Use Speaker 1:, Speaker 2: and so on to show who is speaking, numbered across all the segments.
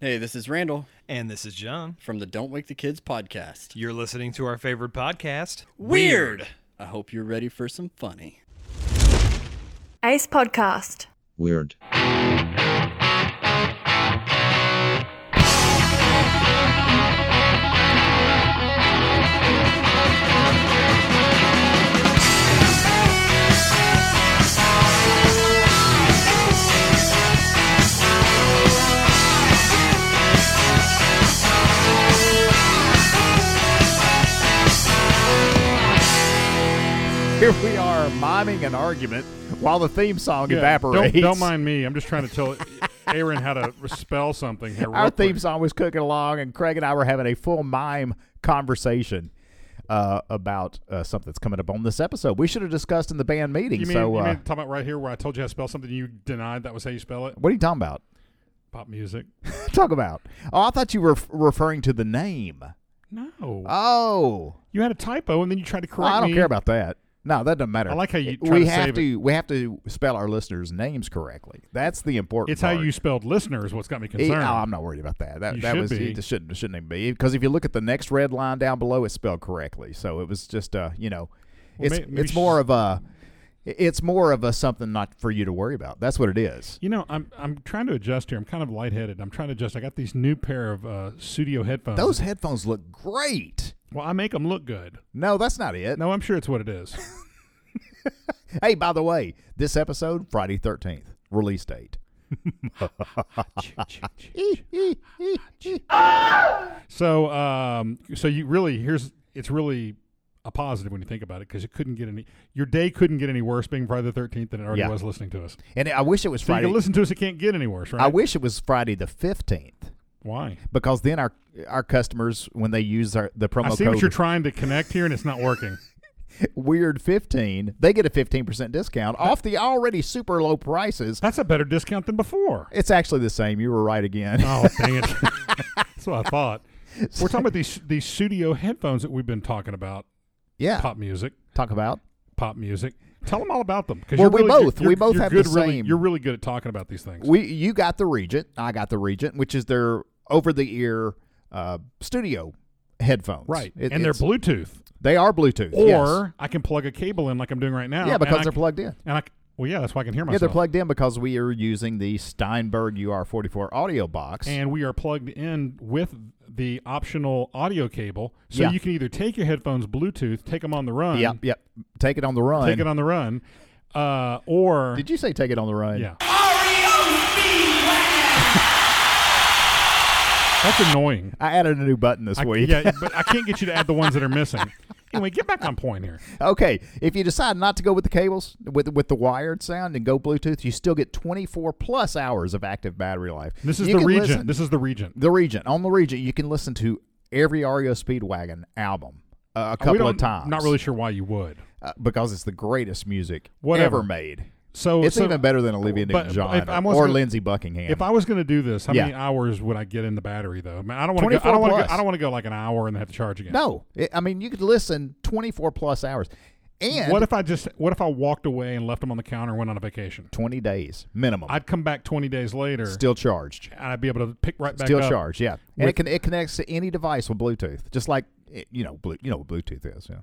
Speaker 1: Hey, this is Randall
Speaker 2: And this is John.
Speaker 1: from the Don't Wake the Kids podcast.
Speaker 2: You're listening to our favorite podcast,
Speaker 1: I hope you're ready for some funny.
Speaker 3: Ace Podcast.
Speaker 4: Weird.
Speaker 5: Here we are miming an argument while the theme song
Speaker 6: Yeah,
Speaker 5: evaporates.
Speaker 6: Don't, don't mind me. I'm just trying to tell Aaron how to spell something here.
Speaker 5: Our
Speaker 6: real quick.
Speaker 5: theme song was cooking along, and Craig and I were having a full mime conversation uh, about uh, something that's coming up on this episode. We should have discussed in the band meeting.
Speaker 6: You mean,
Speaker 5: so,
Speaker 6: you
Speaker 5: uh,
Speaker 6: mean talking about right here where I told you how to spell something you denied that was how you spell it?
Speaker 5: what are you talking about?
Speaker 6: Pop music.
Speaker 5: Talk about. Oh, I thought you were f- referring to the name.
Speaker 6: No.
Speaker 5: Oh,
Speaker 6: you had a typo and then you tried to correct
Speaker 5: I don't
Speaker 6: me.
Speaker 5: care about that. No, that doesn't matter.
Speaker 6: I like how you try
Speaker 5: we
Speaker 6: to
Speaker 5: have
Speaker 6: save it.
Speaker 5: to we have to spell our listeners' names correctly. That's the important.
Speaker 6: It's how
Speaker 5: part.
Speaker 6: you spelled listener is what's got me
Speaker 5: E-
Speaker 6: concerned.
Speaker 5: oh, I'm not worried about that. That
Speaker 6: You
Speaker 5: that
Speaker 6: should
Speaker 5: was
Speaker 6: be.
Speaker 5: it shouldn't it shouldn't even be because if you look at the next red line down below, it's spelled correctly. So it was just uh you know,
Speaker 6: Well,
Speaker 5: it's
Speaker 6: may- maybe
Speaker 5: it's
Speaker 6: she-
Speaker 5: more of a it's more of a something not for you to worry about. That's what it is.
Speaker 6: you know, I'm I'm trying to adjust here. I'm kind of lightheaded. I'm trying to adjust. I got these new pair of uh, studio headphones.
Speaker 5: Those headphones look great.
Speaker 6: Well, I make them look good.
Speaker 5: No, that's not it.
Speaker 6: No, I'm sure it's what it is.
Speaker 5: Hey, by the way, this episode Friday thirteenth release date.
Speaker 6: So, um, so you really here's it's really a positive when you think about it because it couldn't get any your day couldn't get any worse being Friday the thirteenth than it already
Speaker 5: Yeah.
Speaker 6: was listening to us. So
Speaker 5: And I wish it was
Speaker 6: you
Speaker 5: Friday.
Speaker 6: can listen to us; it can't get any worse, right?
Speaker 5: I wish it was Friday the fifteenth
Speaker 6: Why?
Speaker 5: because then our our customers when they use our, the promo
Speaker 6: I see
Speaker 5: code
Speaker 6: what you're trying to connect here, and it's not working.
Speaker 5: Weird 15, they get a 15% discount off the already super low prices.
Speaker 6: That's a better discount than before.
Speaker 5: It's actually the same. You were right again.
Speaker 6: Oh, dang it! That's what I thought. We're talking about these these studio headphones that we've been talking about.
Speaker 5: yeah.
Speaker 6: Pop music,
Speaker 5: Talk about.
Speaker 6: pop music. Tell them all about them. 'cause
Speaker 5: Well, we
Speaker 6: you're really good-
Speaker 5: both- we
Speaker 6: you're-
Speaker 5: both
Speaker 6: you're
Speaker 5: have
Speaker 6: good
Speaker 5: the
Speaker 6: really-
Speaker 5: same-
Speaker 6: You're really good at talking about these things.
Speaker 5: We you got the Regent, I got the Regent, which is their over the ear uh, studio headphones.
Speaker 6: right,
Speaker 5: It-
Speaker 6: and they're
Speaker 5: it's-
Speaker 6: Bluetooth.
Speaker 5: They are Bluetooth.
Speaker 6: or
Speaker 5: yes.
Speaker 6: I can plug a cable in like I'm doing right now.
Speaker 5: Yeah, because
Speaker 6: and I
Speaker 5: they're
Speaker 6: c-
Speaker 5: plugged in.
Speaker 6: And I, c- well, yeah, that's why I can hear myself.
Speaker 5: Yeah, they're plugged in because we are using the Steinberg UR44 audio box.
Speaker 6: And we are plugged in with the optional audio cable, so
Speaker 5: Yeah.
Speaker 6: you can either take your headphones Bluetooth, take them on the run,
Speaker 5: yep, yep. Take it on the run.
Speaker 6: take it on the run, uh, or
Speaker 5: Did you say take it on the run?
Speaker 6: yeah. That's annoying.
Speaker 5: I added a new button this
Speaker 6: I,
Speaker 5: week.
Speaker 6: yeah, but I can't get you to add the ones that are missing. Anyway, get back on point here.
Speaker 5: Okay, if you decide not to go with the cables with with the wired sound and go Bluetooth, you still get 24 plus hours of active battery life.
Speaker 6: This is
Speaker 5: You
Speaker 6: the
Speaker 5: can
Speaker 6: region.
Speaker 5: listen-
Speaker 6: This is the region.
Speaker 5: the region on the region. You can listen to every REO Speedwagon album uh, a
Speaker 6: we
Speaker 5: couple
Speaker 6: don't,
Speaker 5: of times.
Speaker 6: Not really sure why you would.
Speaker 5: uh, because it's the greatest music
Speaker 6: Whatever.
Speaker 5: ever made.
Speaker 6: So
Speaker 5: It's
Speaker 6: so-
Speaker 5: even better than Olivia
Speaker 6: but- but
Speaker 5: Newton-John
Speaker 6: if I
Speaker 5: or
Speaker 6: was gonna-
Speaker 5: Lindsey Buckingham.
Speaker 6: If I was going to do this, how
Speaker 5: Yeah.
Speaker 6: many hours would I get in the battery though? I, mean, I don't want to. I
Speaker 5: 24
Speaker 6: don't want
Speaker 5: plus.
Speaker 6: to. I don't want to go like an hour and then have to charge again.
Speaker 5: no, it, I mean you could listen 24 plus hours, and
Speaker 6: What if I just? What if I walked away and left them on the counter and went on a vacation?
Speaker 5: 20 days minimum,
Speaker 6: I'd come back 20 days later.
Speaker 5: Oh. still charged.
Speaker 6: and I'd be able to pick right back
Speaker 5: Still
Speaker 6: up.
Speaker 5: charged, yeah. And it
Speaker 6: with-
Speaker 5: can it connects to any device with Bluetooth, just like it- you know, blue, you know what Bluetooth is. Yeah.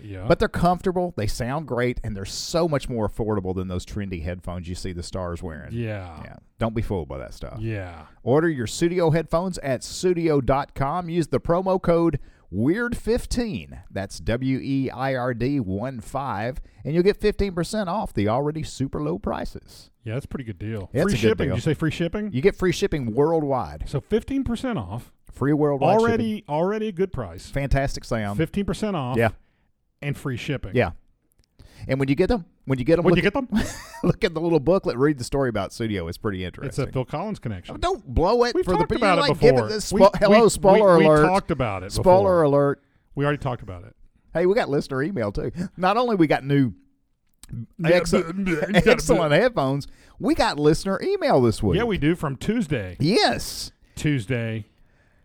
Speaker 6: Yeah.
Speaker 5: But they're comfortable, they sound great, and they're so much more affordable than those trendy headphones you see the stars wearing.
Speaker 6: yeah.
Speaker 5: Yeah. Don't be fooled by that stuff.
Speaker 6: Yeah.
Speaker 5: Order your studio headphones at studio.com. Use the promo code WEIRD15. That's W E I R D 1 5. And you'll get 15% off the already super low prices.
Speaker 6: Yeah. That's a pretty good deal.
Speaker 5: Yeah, it's
Speaker 6: free
Speaker 5: a good
Speaker 6: shipping.
Speaker 5: deal.
Speaker 6: Did you say free shipping?
Speaker 5: You get free shipping worldwide.
Speaker 6: so 15% off.
Speaker 5: Free worldwide. shipping.
Speaker 6: Already, already a good price.
Speaker 5: Fantastic sound.
Speaker 6: 15% off.
Speaker 5: Yeah.
Speaker 6: And free shipping.
Speaker 5: Yeah. And when you get them, when you get them,
Speaker 6: When
Speaker 5: look,
Speaker 6: you get them,
Speaker 5: at, look at the little booklet. Read the story about Studio. It's pretty
Speaker 6: it's a
Speaker 5: interesting. Oh,
Speaker 6: Phil Collins connection.
Speaker 5: Don't blow it
Speaker 6: We've
Speaker 5: for the
Speaker 6: talked
Speaker 5: people.
Speaker 6: about it
Speaker 5: like
Speaker 6: before.
Speaker 5: giving this
Speaker 6: We-
Speaker 5: spo- hello
Speaker 6: we-
Speaker 5: spoiler
Speaker 6: we- we
Speaker 5: alert.
Speaker 6: talked about it
Speaker 5: Spoiler
Speaker 6: before.
Speaker 5: alert.
Speaker 6: We already talked about it.
Speaker 5: Hey, we got listener email too. Not only we got new ex- excellent headphones, we got listener email this week.
Speaker 6: Yeah, we do from Tuesday.
Speaker 5: Yes.
Speaker 6: Tuesday,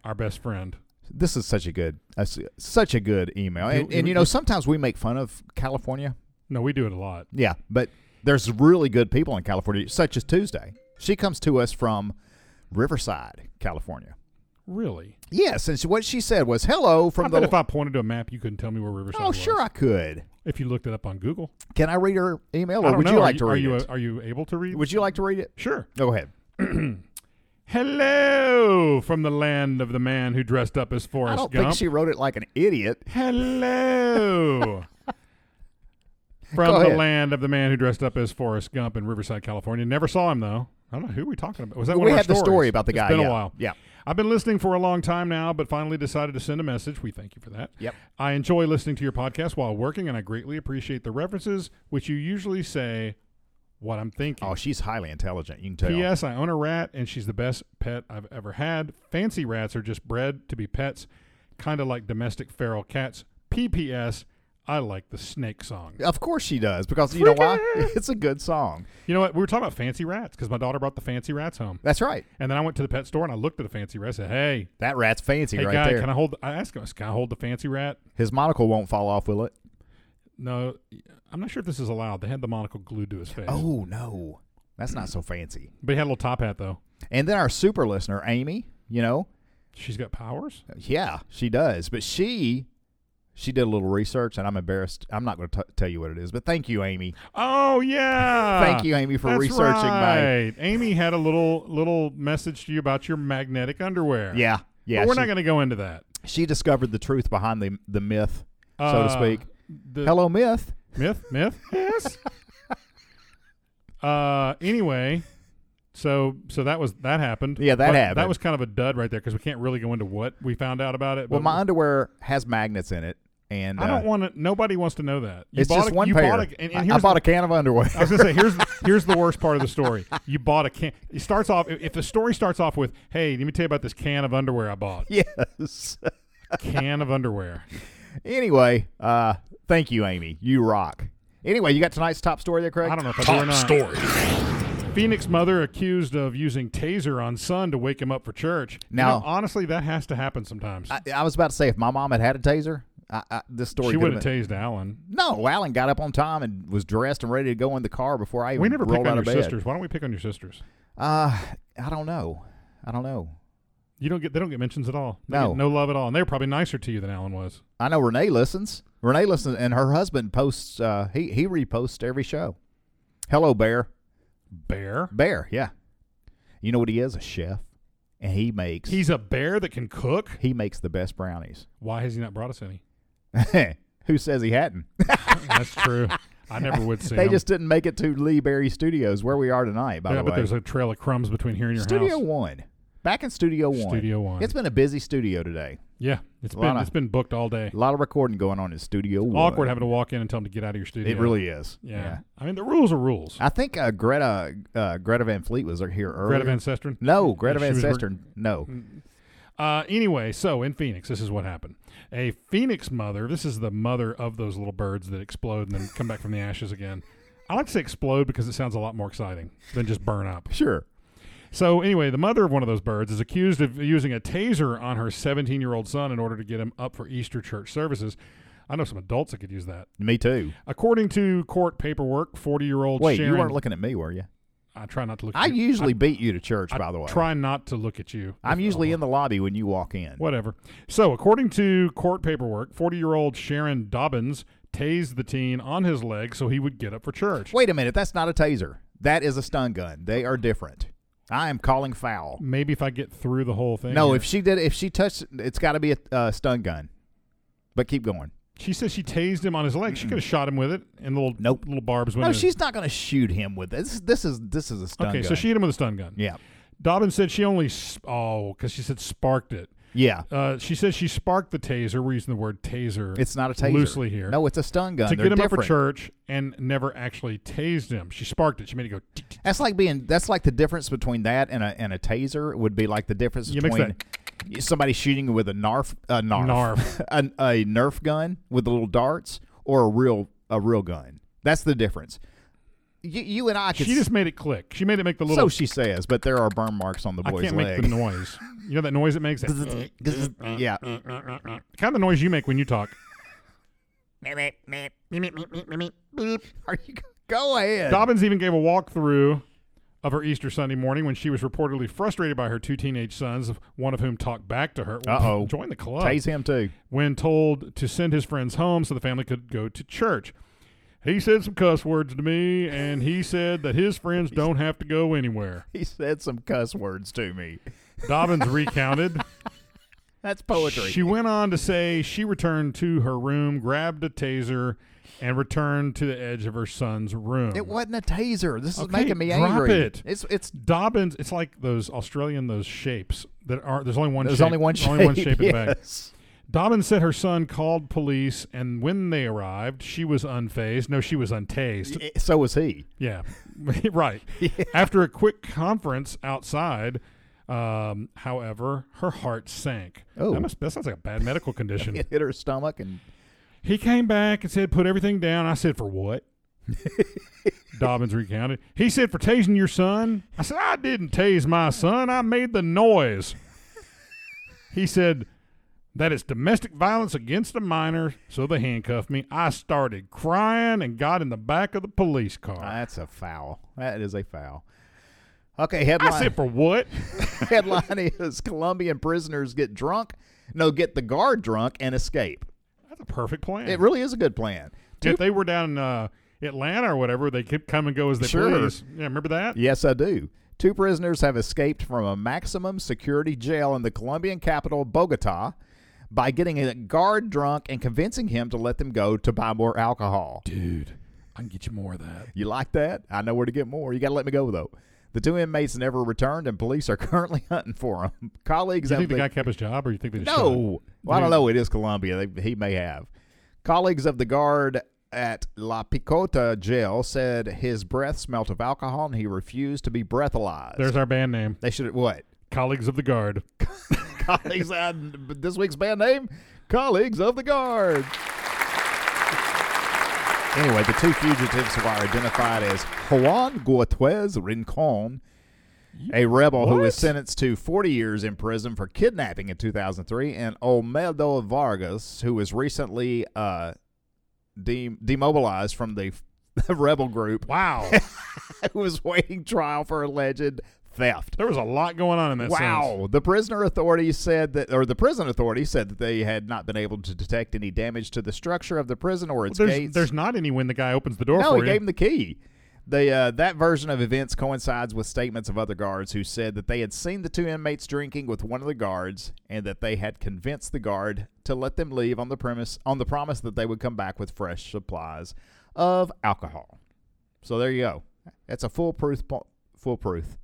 Speaker 6: our best friend.
Speaker 5: This is such a good, that's such a good email, and,
Speaker 6: You-
Speaker 5: and
Speaker 6: you-
Speaker 5: you know sometimes we make fun of California.
Speaker 6: No, we do it a lot.
Speaker 5: Yeah, but there's really good people in California, such as Tuesday. She comes to us from Riverside, California.
Speaker 6: Really?
Speaker 5: Yes, and she, what she said was hello from
Speaker 6: I
Speaker 5: the.
Speaker 6: bet if I pointed to a map, you couldn't tell me where Riverside
Speaker 5: oh,
Speaker 6: was.
Speaker 5: sure, I could.
Speaker 6: If you looked it up on Google.
Speaker 5: Can I read her email,
Speaker 6: I
Speaker 5: or
Speaker 6: don't
Speaker 5: Oh, would
Speaker 6: know.
Speaker 5: you
Speaker 6: Are
Speaker 5: like to
Speaker 6: are
Speaker 5: read
Speaker 6: you,
Speaker 5: it?
Speaker 6: Are you able to read?
Speaker 5: would you like to read it?
Speaker 6: sure.
Speaker 5: Go ahead.
Speaker 6: Hello from the land of the man who dressed up as Forrest
Speaker 5: I don't
Speaker 6: Gump.
Speaker 5: think she wrote it like an idiot.
Speaker 6: Hello.
Speaker 5: Go
Speaker 6: From the
Speaker 5: ahead.
Speaker 6: land of the man who dressed up as Forrest Gump in Riverside, California. Never saw him though. I don't know who we talking about. Was that one
Speaker 5: we
Speaker 6: of our
Speaker 5: had the story
Speaker 6: stories?
Speaker 5: about the guy.
Speaker 6: It's been
Speaker 5: yeah.
Speaker 6: a while.
Speaker 5: Yeah.
Speaker 6: I've been listening for a long time now, but finally decided to send a message. We thank you for that.
Speaker 5: Yep.
Speaker 6: I enjoy listening to your podcast while working, and I greatly appreciate the references which you usually say. What I'm thinking.
Speaker 5: Oh, she's highly intelligent. You can tell.
Speaker 6: P.S. I own a rat, and she's the best pet I've ever had. Fancy rats are just bred to be pets, kind of like domestic feral cats. P.P.S. I like the snake song.
Speaker 5: Of course she does because you know why? It's a good song.
Speaker 6: You know what? We were talking about fancy rats because my daughter brought the fancy rats home,
Speaker 5: That's right.
Speaker 6: and then I went to the pet store and I looked at the fancy rat. I said, "Hey,
Speaker 5: That rat's fancy
Speaker 6: hey
Speaker 5: right
Speaker 6: guy,
Speaker 5: there.
Speaker 6: can I hold?" I asked him, I said, "Can I hold the fancy rat?"
Speaker 5: His monocle won't fall off, will it?
Speaker 6: No, I'm not sure if this is allowed. They had the monocle glued to his face,
Speaker 5: Oh no, that's not so fancy.
Speaker 6: but he had a little top hat though.
Speaker 5: And then our super listener, Amy. You know,
Speaker 6: She's got powers.
Speaker 5: yeah, she does. But she, she did a little research, and I'm embarrassed. I'm not going to tell you what it is. But thank you, Amy.
Speaker 6: Oh yeah.
Speaker 5: Thank you, Amy, for
Speaker 6: That's
Speaker 5: researching my-
Speaker 6: right. Amy had a little little message to you about your magnetic underwear.
Speaker 5: Yeah, yeah.
Speaker 6: But we're
Speaker 5: she,
Speaker 6: not going to go into that.
Speaker 5: she discovered the truth behind the the myth, so
Speaker 6: Uh,
Speaker 5: to speak.
Speaker 6: The
Speaker 5: Hello, myth.
Speaker 6: myth, myth. yes. Uh. Anyway, so so that was that happened.
Speaker 5: Yeah, that
Speaker 6: But That
Speaker 5: happened.
Speaker 6: was kind of a dud right there because we can't really go into what we found out about it.
Speaker 5: Well,
Speaker 6: but
Speaker 5: my underwear has magnets in it, and
Speaker 6: I
Speaker 5: uh,
Speaker 6: don't want to. Nobody wants to know that. You
Speaker 5: It's
Speaker 6: bought
Speaker 5: just
Speaker 6: a,
Speaker 5: one
Speaker 6: you
Speaker 5: pair.
Speaker 6: Bought a, and, and
Speaker 5: I- I,
Speaker 6: here's the
Speaker 5: bought a can of underwear.
Speaker 6: I was gonna say here's here's the worst part of the story. You bought a can. It starts off if the story starts off with, "Hey, let me tell you about this can of underwear I bought."
Speaker 5: yes.
Speaker 6: Can of underwear.
Speaker 5: anyway, uh, thank you, Amy. You rock. Anyway, you got tonight's top story there, Craig.
Speaker 6: I don't know if I do or not. story. Phoenix mother accused of using taser on son to wake him up for church. You
Speaker 5: Now-
Speaker 6: know, honestly, that has to happen sometimes.
Speaker 5: I, I was about to say if my mom had had a taser, I, I, this story.
Speaker 6: she
Speaker 5: could have
Speaker 6: wouldn't
Speaker 5: been-
Speaker 6: have tased Alan.
Speaker 5: No, Alan got up on time and was dressed and ready to go in the car before I even
Speaker 6: We never pick
Speaker 5: rolled
Speaker 6: on
Speaker 5: out
Speaker 6: your
Speaker 5: of bed.
Speaker 6: sisters. Why don't we pick on your sisters?
Speaker 5: Uh, I don't know. I don't know.
Speaker 6: You don't get they don't get mentions at all. They
Speaker 5: No.
Speaker 6: get no love at all, and they're probably nicer to you than Alan was.
Speaker 5: I know Renee listens. Renee listens, and her husband posts. Uh, he he reposts every show. Hello, Bear.
Speaker 6: Bear.
Speaker 5: Bear, yeah. You know what he is? A chef, and he makes
Speaker 6: He's a bear that can cook.
Speaker 5: he makes the best brownies.
Speaker 6: Why has he not brought us any?
Speaker 5: Who says he hadn't?
Speaker 6: That's true. I never would see
Speaker 5: they
Speaker 6: them.
Speaker 5: just didn't make it to Lee Berry Studios, where we are tonight. By
Speaker 6: yeah,
Speaker 5: the
Speaker 6: but
Speaker 5: way,
Speaker 6: there's a trail of crumbs between here and your
Speaker 5: Studio
Speaker 6: house.
Speaker 5: One, back in Studio One.
Speaker 6: Studio One.
Speaker 5: It's been a busy studio today.
Speaker 6: Yeah, it's
Speaker 5: A
Speaker 6: been
Speaker 5: lot of-
Speaker 6: it's been booked all day.
Speaker 5: A lot of recording going on in Studio One.
Speaker 6: Awkward having to walk in and tell them to get out of your studio.
Speaker 5: It uh, really is.
Speaker 6: Yeah. I mean, the rules are rules.
Speaker 5: I think uh, Greta uh, Greta Van Fleet was here earlier.
Speaker 6: Greta Van Sestrin.
Speaker 5: No, Greta
Speaker 6: She
Speaker 5: Van
Speaker 6: was Mm. re-
Speaker 5: Sestern. no.
Speaker 6: Uh, anyway, so in Phoenix, this is what happened. A Phoenix mother. This is the mother of those little birds that explode and then come back from the ashes again. I like to say explode because it sounds a lot more exciting than just burn up.
Speaker 5: Sure.
Speaker 6: So anyway, the mother of one of those birds is accused of using a taser on her 17-year-old son in order to get him up for Easter church services. I know some adults that could use that.
Speaker 5: Me too.
Speaker 6: According to court paperwork, 40-year-old
Speaker 5: Wait,
Speaker 6: Sharon.
Speaker 5: you weren't looking at me, were you?
Speaker 6: I try not to look. At
Speaker 5: I
Speaker 6: you.
Speaker 5: usually beat you to church, by the way.
Speaker 6: Try not to look at you.
Speaker 5: I'm
Speaker 6: If-
Speaker 5: usually
Speaker 6: oh,
Speaker 5: in the lobby when you walk in.
Speaker 6: Whatever. So, according to court paperwork, 40 year old Sharon Dobbins tased the teen on his leg so he would get up for church.
Speaker 5: Wait a minute, that's not a taser. That is a stun gun. They are different. I am calling foul.
Speaker 6: Maybe if I get through the whole thing.
Speaker 5: No,
Speaker 6: here.
Speaker 5: if she did, if she touched, it's got to be a uh, stun gun. But keep going.
Speaker 6: she says she tased him on his leg, she could have shot him with it, and the little
Speaker 5: Nope.
Speaker 6: little barbs went.
Speaker 5: No,
Speaker 6: in his-
Speaker 5: she's not going to shoot him with this. This is this is a stun
Speaker 6: okay.
Speaker 5: gun.
Speaker 6: So she hit him with a stun gun.
Speaker 5: yeah,
Speaker 6: Dobbins said she only s oh because she said sparked it.
Speaker 5: yeah.
Speaker 6: Uh, she says she sparked the taser. We're using the word taser.
Speaker 5: It's not a taser.
Speaker 6: loosely here.
Speaker 5: No, it's a stun gun.
Speaker 6: to
Speaker 5: They're
Speaker 6: get him up
Speaker 5: different.
Speaker 6: for church and never actually tased him. She sparked it. She made it go. tick, tick,
Speaker 5: That's like being. That's like the difference between that and a and a taser would be like the difference
Speaker 6: You mix
Speaker 5: between somebody shooting with a narf a narf,
Speaker 6: Narf.
Speaker 5: an- a, nerf gun with the little darts or a real a real gun. That's the difference. You, you and I could.
Speaker 6: She
Speaker 5: s-
Speaker 6: just made it click. She made it make the
Speaker 5: so
Speaker 6: little.
Speaker 5: she says, but there are burn marks on the
Speaker 6: I
Speaker 5: boy's
Speaker 6: can't
Speaker 5: leg.
Speaker 6: make the noise. You know that noise it makes. That
Speaker 5: Mm, yeah,
Speaker 6: kind of noise you make when you talk.
Speaker 5: are you go ahead?
Speaker 6: Dobbins even gave a walkthrough of her Easter Sunday morning when she was reportedly frustrated by her two teenage sons, one of whom talked back to her.
Speaker 5: Uh-oh.
Speaker 6: Join the club
Speaker 5: Tase him too.
Speaker 6: when told to send his friends home so the family could go to church. He said some cuss words to me, and he said that his friends don't have to go anywhere.
Speaker 5: He said some cuss words to me.
Speaker 6: Dobbins recounted.
Speaker 5: That's poetry.
Speaker 6: She went on to say she returned to her room, grabbed a taser, and returned to the edge of her son's room.
Speaker 5: it wasn't a taser. This is
Speaker 6: Okay,
Speaker 5: making me
Speaker 6: drop
Speaker 5: angry.
Speaker 6: it.
Speaker 5: It's it's
Speaker 6: Dobbins, it's like those Australian those shapes that are there's only one
Speaker 5: there's
Speaker 6: shape,
Speaker 5: only one shape.
Speaker 6: only one shape in the bag.
Speaker 5: yes.
Speaker 6: Dobbins said her son called police and when they arrived, she was unfazed. No, she was untased.
Speaker 5: Y- So was he.
Speaker 6: Yeah, right. After a quick conference outside, um, however, her heart sank.
Speaker 5: Oh.
Speaker 6: that, must, that sounds like a bad medical condition.
Speaker 5: It hit her stomach and
Speaker 6: he came back and said, "Put everything down." I said, "For what?" Dobbins recounted. He said, "For tasing your son." I said, "I didn't tase my son. I made the noise." he said. That is domestic violence against a minor, so they handcuffed me. I started crying and got in the back of the police car.
Speaker 5: that's a foul. That is a foul. Okay,
Speaker 6: I
Speaker 5: headline
Speaker 6: said, for what?
Speaker 5: headline is Colombian prisoners get drunk, no, get the guard drunk and escape.
Speaker 6: That's a perfect plan.
Speaker 5: It really is a Mm. good plan.
Speaker 6: if they were down in uh, Atlanta or whatever, they could come and go as they
Speaker 5: Sure.
Speaker 6: please. Yeah, remember that?
Speaker 5: Yes, I do. Two prisoners have escaped from a maximum security jail in the Colombian capital, Bogota, by getting a guard drunk and convincing him to let them go to buy more alcohol.
Speaker 6: Dude, I can get you more of that.
Speaker 5: You like that? I know where to get more. You got to let me go, though. The two inmates never returned, and police are currently hunting for them. Colleagues
Speaker 6: Do
Speaker 5: have
Speaker 6: you think the
Speaker 5: been-
Speaker 6: guy kept his job or you think they just shot him?
Speaker 5: No. Well, I don't know. It is Colombia. They, he may have. Colleagues of the guard at La Picota jail said his breath smelt of alcohol and he refused to be breathalyzed.
Speaker 6: There's our band name,
Speaker 5: they should what?
Speaker 6: Colleagues of the Guard.
Speaker 5: Colleagues. uh, this week's band name: Colleagues of the Guard. Anyway, the two fugitives were identified as Juan Guattez Rincon, a rebel who was
Speaker 6: What?
Speaker 5: sentenced to 40 years in prison for kidnapping in 2003, and Olmedo Vargas, who was recently uh, de- demobilized from the rebel group,
Speaker 6: Wow.
Speaker 5: who was waiting trial for alleged theft.
Speaker 6: there was a lot going on in that sentence.
Speaker 5: Wow. The prisoner authorities said that, or the prison authorities said that they had not been able to detect any damage to the structure of the prison or its
Speaker 6: There's,
Speaker 5: gates.
Speaker 6: there's not any when the guy opens the door
Speaker 5: no,
Speaker 6: for
Speaker 5: he
Speaker 6: you.
Speaker 5: gave him the key. The, uh, that version of events coincides with statements of other guards who said that they had seen the two inmates drinking with one of the guards and that they had convinced the guard to let them leave on the premise on the promise that they would come back with fresh supplies of alcohol. So there you go. That's a foolproof po- foolproof.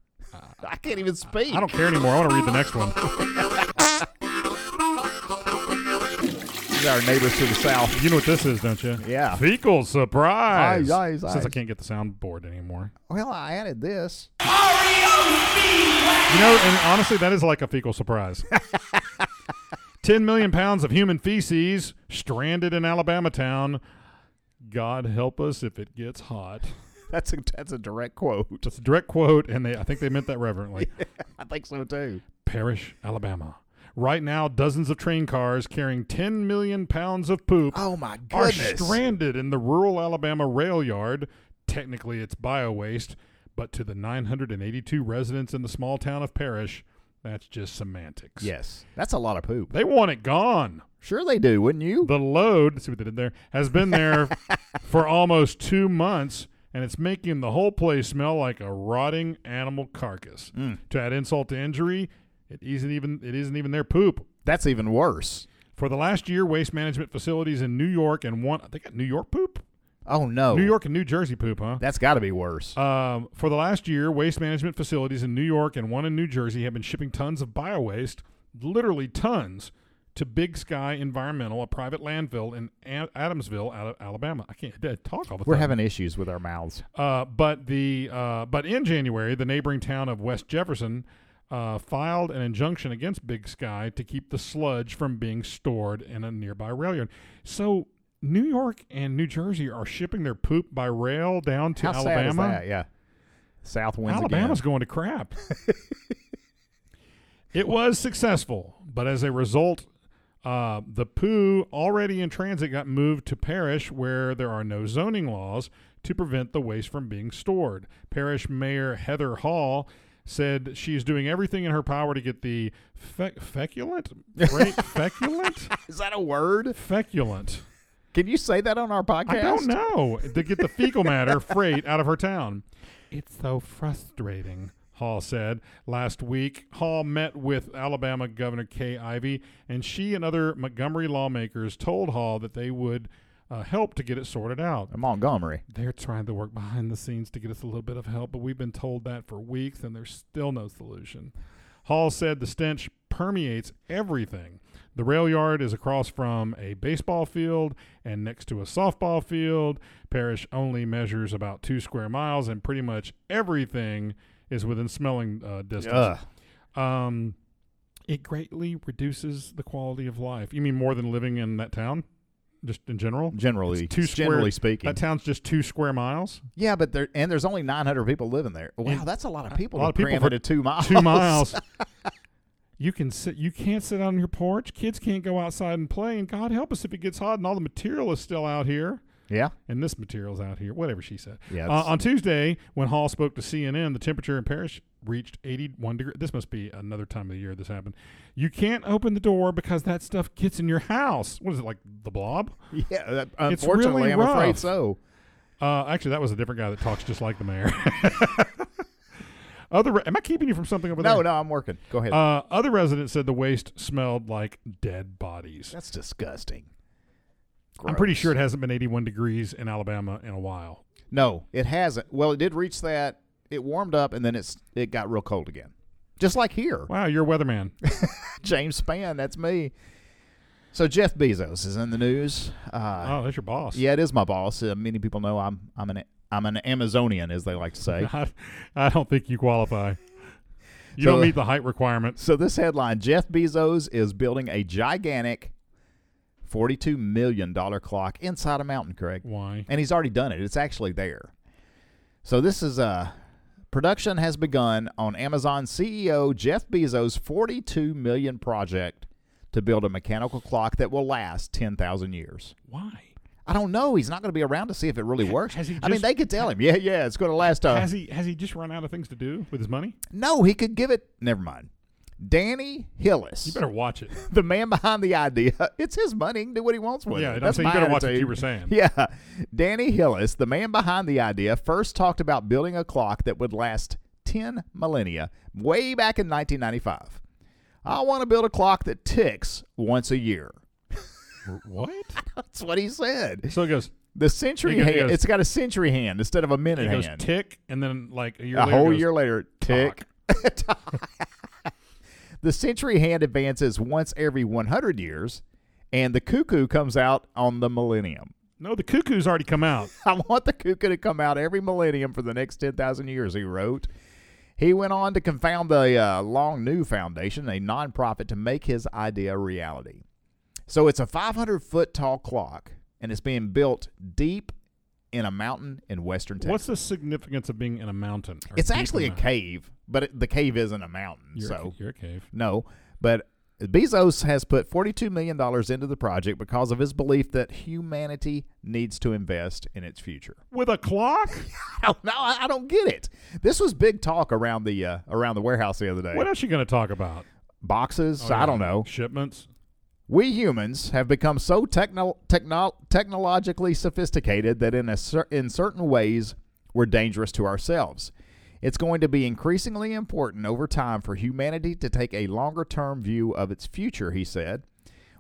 Speaker 5: I can't even speak.
Speaker 6: Uh, I don't care anymore. I want to read the next one.
Speaker 5: These are our neighbors to the south.
Speaker 6: You know what this is, don't you?
Speaker 5: Yeah.
Speaker 6: Fecal surprise.
Speaker 5: Aye, aye, aye.
Speaker 6: Since I can't get the soundboard anymore.
Speaker 5: Well, I added this.
Speaker 6: You know, and honestly, that is like a fecal surprise. 10 million pounds of human feces stranded in Alabama town. God help us if it gets hot.
Speaker 5: That's a that's a direct quote.
Speaker 6: That's a direct quote, and they, I think they meant that reverently.
Speaker 5: I think so too.
Speaker 6: Parish, Alabama. Right now, dozens of train cars carrying 10 million pounds of poop
Speaker 5: Oh my
Speaker 6: are
Speaker 5: goodness!
Speaker 6: stranded in the rural Alabama rail yard. Technically, it's bio waste, but to the 982 residents in the small town of Parish, that's just semantics.
Speaker 5: Yes, that's a lot of poop.
Speaker 6: They want it gone.
Speaker 5: Sure they do, wouldn't you?
Speaker 6: The load, see what they did there, has been there for almost two months, and it's making the whole place smell like a rotting animal carcass. To add insult to injury, it isn't even it isn't even their poop.
Speaker 5: That's even worse.
Speaker 6: For the last year, waste management facilities in New York and one they got New York poop,
Speaker 5: Oh no!
Speaker 6: New York and New Jersey poop, huh?
Speaker 5: That's got to be worse.
Speaker 6: Um, for the last year, waste management facilities in New York and one in New Jersey have been shipping tons of biowaste, literally tons, to Big Sky Environmental, a private landfill in a- Adamsville, out of Alabama. I can't I talk all the
Speaker 5: We're
Speaker 6: time.
Speaker 5: having issues with our mouths.
Speaker 6: Uh, but the uh, but in January, the neighboring town of West Jefferson uh, filed an injunction against Big Sky to keep the sludge from being stored in a nearby rail yard. So New York and New Jersey are shipping their poop by rail down to
Speaker 5: How
Speaker 6: Alabama.
Speaker 5: sad is that? Yeah. South winds
Speaker 6: Alabama's
Speaker 5: again.
Speaker 6: going to crap. it was successful, but as a result, uh, the poo already in transit got moved to Parish, where there are no zoning laws to prevent the waste from being stored. Parish Mayor Heather Hall said she's doing everything in her power to get the fe- feculent, right? feculent,
Speaker 5: Is that a word?
Speaker 6: feculent.
Speaker 5: Can you say that on our podcast?
Speaker 6: I don't know to get the fecal matter freight out of her town. It's so frustrating, Hall said last week. Hall met with Alabama Governor Kay Ivey, and she and other Montgomery lawmakers told Hall that they would uh, help to get it sorted out.
Speaker 5: Montgomery.
Speaker 6: They're trying to work behind the scenes to get us a little bit of help, but we've been told that for weeks and there's still no solution. Hall said the stench permeates everything. The rail yard is across from a baseball field and next to a softball field. Parish only measures about two square miles, and pretty much everything is within smelling uh, distance.
Speaker 5: Ugh.
Speaker 6: Um, it greatly reduces the quality of life. You mean more than living in that town, just in general?
Speaker 5: Generally,
Speaker 6: It's two square-
Speaker 5: generally speaking.
Speaker 6: That town's just two square miles.
Speaker 5: yeah, but there and there's only 900 people living there. Wow,
Speaker 6: And-
Speaker 5: that's a lot of people.
Speaker 6: A lot
Speaker 5: to
Speaker 6: of people
Speaker 5: cram
Speaker 6: for
Speaker 5: into two miles.
Speaker 6: two miles. You can sit. You can't sit on your porch. Kids can't go outside and play. And God help us if it gets hot and all the material is still out here.
Speaker 5: yeah.
Speaker 6: And this material's out here. Whatever she said.
Speaker 5: Yeah,
Speaker 6: Uh,
Speaker 5: it's-
Speaker 6: on Tuesday, when Hall spoke to CNN, the temperature in Paris reached 81 degrees. This must be another time of the year this happened. You can't open the door because that stuff gets in your house. What is it like? The blob?
Speaker 5: Yeah. that-
Speaker 6: It's
Speaker 5: unfortunately,
Speaker 6: really
Speaker 5: I'm afraid
Speaker 6: rough.
Speaker 5: so.
Speaker 6: Uh, actually, that was a different guy that talks just like the mayor. Other. Am I keeping you from something over there?
Speaker 5: No, no, I'm working. Go ahead.
Speaker 6: Uh, other residents said the waste smelled like dead bodies.
Speaker 5: that's disgusting.
Speaker 6: I'm pretty
Speaker 5: Gross.
Speaker 6: sure it hasn't been 81 degrees in Alabama in a while.
Speaker 5: No, it hasn't. Well, it did reach that. It warmed up and then it's it got real cold again. Just like here.
Speaker 6: Wow, you're a weatherman.
Speaker 5: James Spann, that's me. So Jeff Bezos is in the news. Uh,
Speaker 6: oh, that's your boss.
Speaker 5: yeah, it is my boss. Uh, many people know I'm I'm an I'm an Amazonian, as they like to say.
Speaker 6: I, I don't think you qualify. You
Speaker 5: So-
Speaker 6: don't meet the height requirements.
Speaker 5: So this headline: Jeff Bezos is building a gigantic forty-two million dollar clock inside a mountain. Correct.
Speaker 6: Why?
Speaker 5: and he's already done it. It's actually there. So this is uh, production has begun on Amazon CEO Jeff Bezos' 42 million project to build a mechanical clock that will last 10,000 years.
Speaker 6: Why?
Speaker 5: I don't know. He's not going to be around to see if it really works.
Speaker 6: has he
Speaker 5: I mean,
Speaker 6: just-
Speaker 5: they could tell him, yeah, yeah, it's going to last. Uh,
Speaker 6: has he has he just run out of things to do with his money?
Speaker 5: no, he could give it. Never mind. Danny Hillis,
Speaker 6: You better watch it.
Speaker 5: the man behind the idea. It's his money. He can do what he wants with
Speaker 6: Yeah,
Speaker 5: it.
Speaker 6: I'm
Speaker 5: That's
Speaker 6: saying
Speaker 5: my
Speaker 6: you better watch what
Speaker 5: attitude.
Speaker 6: you were saying.
Speaker 5: Yeah. Danny Hillis, the man behind the idea, first talked about building a clock that would last 10 millennia way back in 1995. I want to build a clock that ticks once a year.
Speaker 6: What?
Speaker 5: That's what he said.
Speaker 6: So it goes.
Speaker 5: The century
Speaker 6: He goes-
Speaker 5: hand,
Speaker 6: he goes-
Speaker 5: it's got a century hand instead of a minute
Speaker 6: It goes
Speaker 5: hand.
Speaker 6: tick, and then like a year
Speaker 5: a
Speaker 6: later, it
Speaker 5: whole
Speaker 6: goes,
Speaker 5: year later, tick. the century hand advances once every 100 years, and the cuckoo comes out on the millennium.
Speaker 6: No, the cuckoo's already come out.
Speaker 5: I want the cuckoo to come out every millennium for the next 10,000 years, he wrote. He went on to confound the uh, Long New Foundation, a nonprofit, to make his idea a reality. So it's a 500 foot tall clock, and it's being built deep in a mountain in western Texas.
Speaker 6: What's the significance of being in a mountain? or
Speaker 5: it's
Speaker 6: deep in
Speaker 5: actually a
Speaker 6: mountain?
Speaker 5: cave, but it, the cave isn't a mountain.
Speaker 6: You're a
Speaker 5: so
Speaker 6: ca- you're a cave.
Speaker 5: no, but Bezos has put $42 million into the project because of his belief that humanity needs to invest in its future.
Speaker 6: with a clock?
Speaker 5: No, no, I I don't get it. This was big talk around the uh, around the warehouse the other day.
Speaker 6: What else you going to talk about?
Speaker 5: Boxes,
Speaker 6: Oh,
Speaker 5: I don't know.
Speaker 6: Shipments.
Speaker 5: We humans have become so techno- techno- technologically sophisticated that in a cer- in certain ways we're dangerous to ourselves. It's going to be increasingly important over time for humanity to take a longer term view of its future, he said,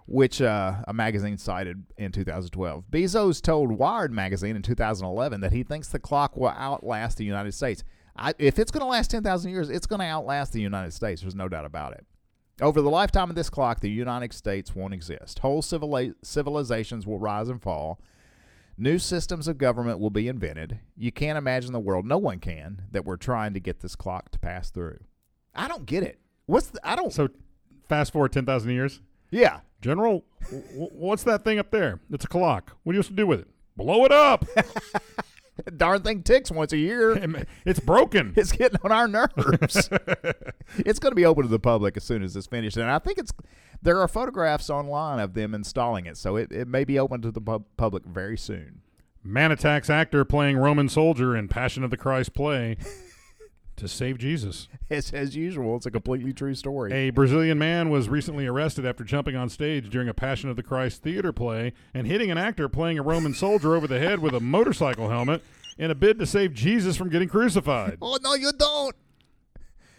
Speaker 5: which uh, a magazine cited in 2012. Bezos told Wired magazine in 2011 that he thinks the clock will outlast the United States. I, if it's going to last 10,000 years, it's going to outlast the United States. There's no doubt about it. Over the lifetime of this clock, the United States won't exist. Whole civili- civilizations will rise and fall. New systems of government will be invented. You can't imagine the world, no one can, that we're trying to get this clock to pass through. I don't get it. What's the, I don't,
Speaker 6: So fast forward 10,000 years.
Speaker 5: yeah.
Speaker 6: General, w- w- what's that thing up there? It's a clock. What are you supposed to do with it? Blow it up.
Speaker 5: Darn thing ticks once a year.
Speaker 6: it's broken.
Speaker 5: It's getting on our nerves. it's going to be open to the public as soon as it's finished. And I think it's, there are photographs online of them installing it. So it, it may be open to the pub- public very soon.
Speaker 6: Manitac's actor playing Roman soldier in Passion of the Christ play to save Jesus.
Speaker 5: As, as usual, it's a completely true story.
Speaker 6: A Brazilian man was recently arrested after jumping on stage during a Passion of the Christ theater play and hitting an actor playing a Roman soldier over the head with a motorcycle helmet in a bid to save Jesus from getting crucified.
Speaker 5: Oh no, you don't.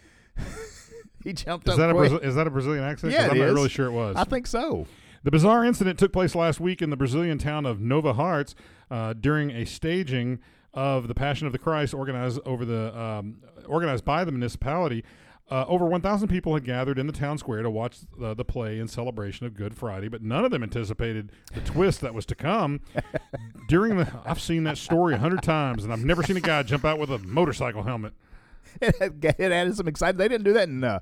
Speaker 5: he jumped
Speaker 6: Is
Speaker 5: up.
Speaker 6: that, a
Speaker 5: quick.
Speaker 6: Brazil- is that a Brazilian accent? 'Cause
Speaker 5: Yeah, it
Speaker 6: I'm not
Speaker 5: is.
Speaker 6: really sure it was.
Speaker 5: I think so.
Speaker 6: The bizarre incident took place last week in the Brazilian town of Nova Hartz uh, during a staging of the Passion of the Christ, organized over the um, organized by the municipality. Uh, over 1,000 people had gathered in the town square to watch the, the play in celebration of Good Friday, but none of them anticipated the twist that was to come. During the, I've seen that story a hundred times, and I've never seen a guy jump out with a motorcycle helmet.
Speaker 5: It, had- it added some excitement. They didn't do that in uh,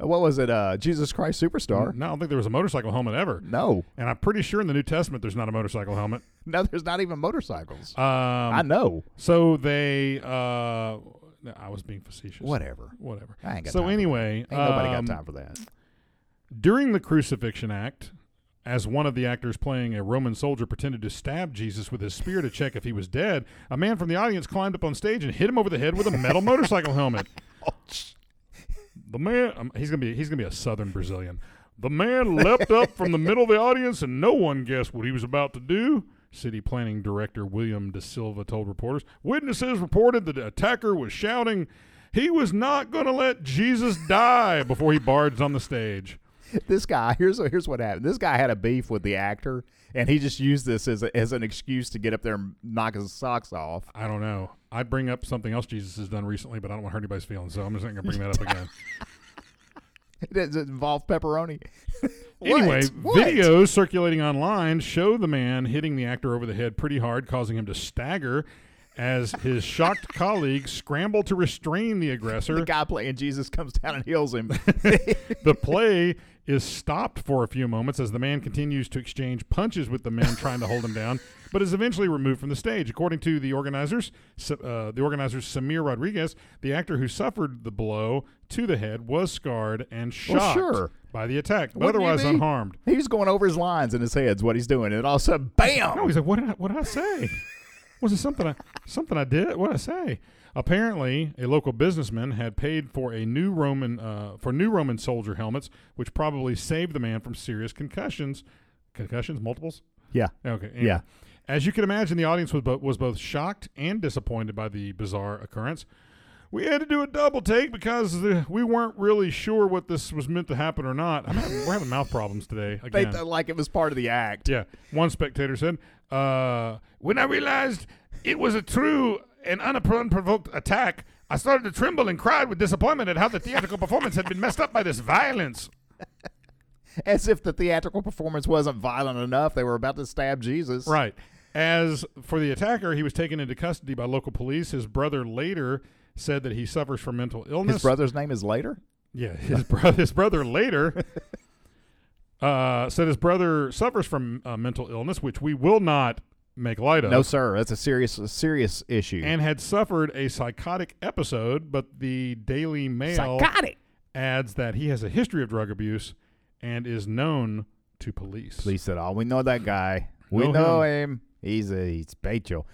Speaker 5: what was it? Uh, Jesus Christ Superstar.
Speaker 6: No, I don't think there was a motorcycle helmet ever.
Speaker 5: No,
Speaker 6: And I'm pretty sure in the New Testament there's not a motorcycle helmet.
Speaker 5: no, there's not even motorcycles.
Speaker 6: Um,
Speaker 5: I know.
Speaker 6: So they, uh, no, I was being facetious.
Speaker 5: Whatever.
Speaker 6: Whatever.
Speaker 5: I ain't got
Speaker 6: So
Speaker 5: time for
Speaker 6: anyway,
Speaker 5: that. ain't nobody
Speaker 6: um,
Speaker 5: got time for that.
Speaker 6: During the crucifixion act, as one of the actors playing a Roman soldier pretended to stab Jesus with his spear to check if he was dead, a man from the audience climbed up on stage and hit him over the head with a metal motorcycle helmet. The man, um, he's gonna be, he's gonna be a Southern Brazilian. The man leapt up from the middle of the audience, and no one guessed what he was about to do. City planning director William De Silva told reporters. Witnesses reported that the attacker was shouting, "He was not gonna let Jesus die!" before he barged on the stage.
Speaker 5: This guy here's here's what happened. This guy had a beef with the actor, and he just used this as a, as an excuse to get up there and knock his socks off.
Speaker 6: I don't know. I bring up something else Jesus has done recently, but I don't want to hurt anybody's feelings, so I'm just not going to bring that up again.
Speaker 5: Does it involve pepperoni? What?
Speaker 6: anyway,
Speaker 5: What?
Speaker 6: videos circulating online show the man hitting the actor over the head pretty hard, causing him to stagger as his shocked colleagues scramble to restrain the aggressor.
Speaker 5: The guy playing Jesus comes down and heals him.
Speaker 6: the play is stopped for a few moments as the man continues to exchange punches with the men trying to hold him down, but is eventually removed from the stage. According to the organizers, Sa- uh, the organizers Samir Rodriguez, the actor who suffered the blow to the head was scarred and
Speaker 5: Well,
Speaker 6: shocked
Speaker 5: sure.
Speaker 6: by the attack,
Speaker 5: Wouldn't you
Speaker 6: otherwise
Speaker 5: be?
Speaker 6: unharmed.
Speaker 5: He was going over his lines in his head's what he's doing, and then all of a sudden, bam!
Speaker 6: No, he's like, what did I, what did I say? Was it something I something I did? What did I say? Apparently, a local businessman had paid for a new Roman uh, for new Roman soldier helmets, which probably saved the man from serious concussions. Concussions, multiples.
Speaker 5: yeah,
Speaker 6: Okay. anyway.
Speaker 5: yeah.
Speaker 6: As you can imagine, the audience was, bo- was both shocked and disappointed by the bizarre occurrence. We had to do a double take because the, we weren't really sure what this was meant to happen or not. I'm having, we're having mouth problems today. Again.
Speaker 5: They thought like it was part of the act.
Speaker 6: Yeah. One spectator said, uh, When I realized it was a true and unprovoked attack, I started to tremble and cried with disappointment at how the theatrical performance had been messed up by this violence.
Speaker 5: As if the theatrical performance wasn't violent enough. They were about to stab Jesus.
Speaker 6: Right. As for the attacker, he was taken into custody by local police. His brother later said that he suffers from mental illness.
Speaker 5: His brother's name is later.
Speaker 6: Yeah, his brother. His brother later uh, said his brother suffers from uh, mental illness, which we will not make light of.
Speaker 5: No, sir. That's a serious, a serious issue.
Speaker 6: and had suffered a psychotic episode, but the Daily Mail
Speaker 5: Psychotic.
Speaker 6: adds that he has a history of drug abuse and is known to police.
Speaker 5: Police at all. "Oh, We know that guy. We
Speaker 6: Know
Speaker 5: know him. He's a he's Rachel.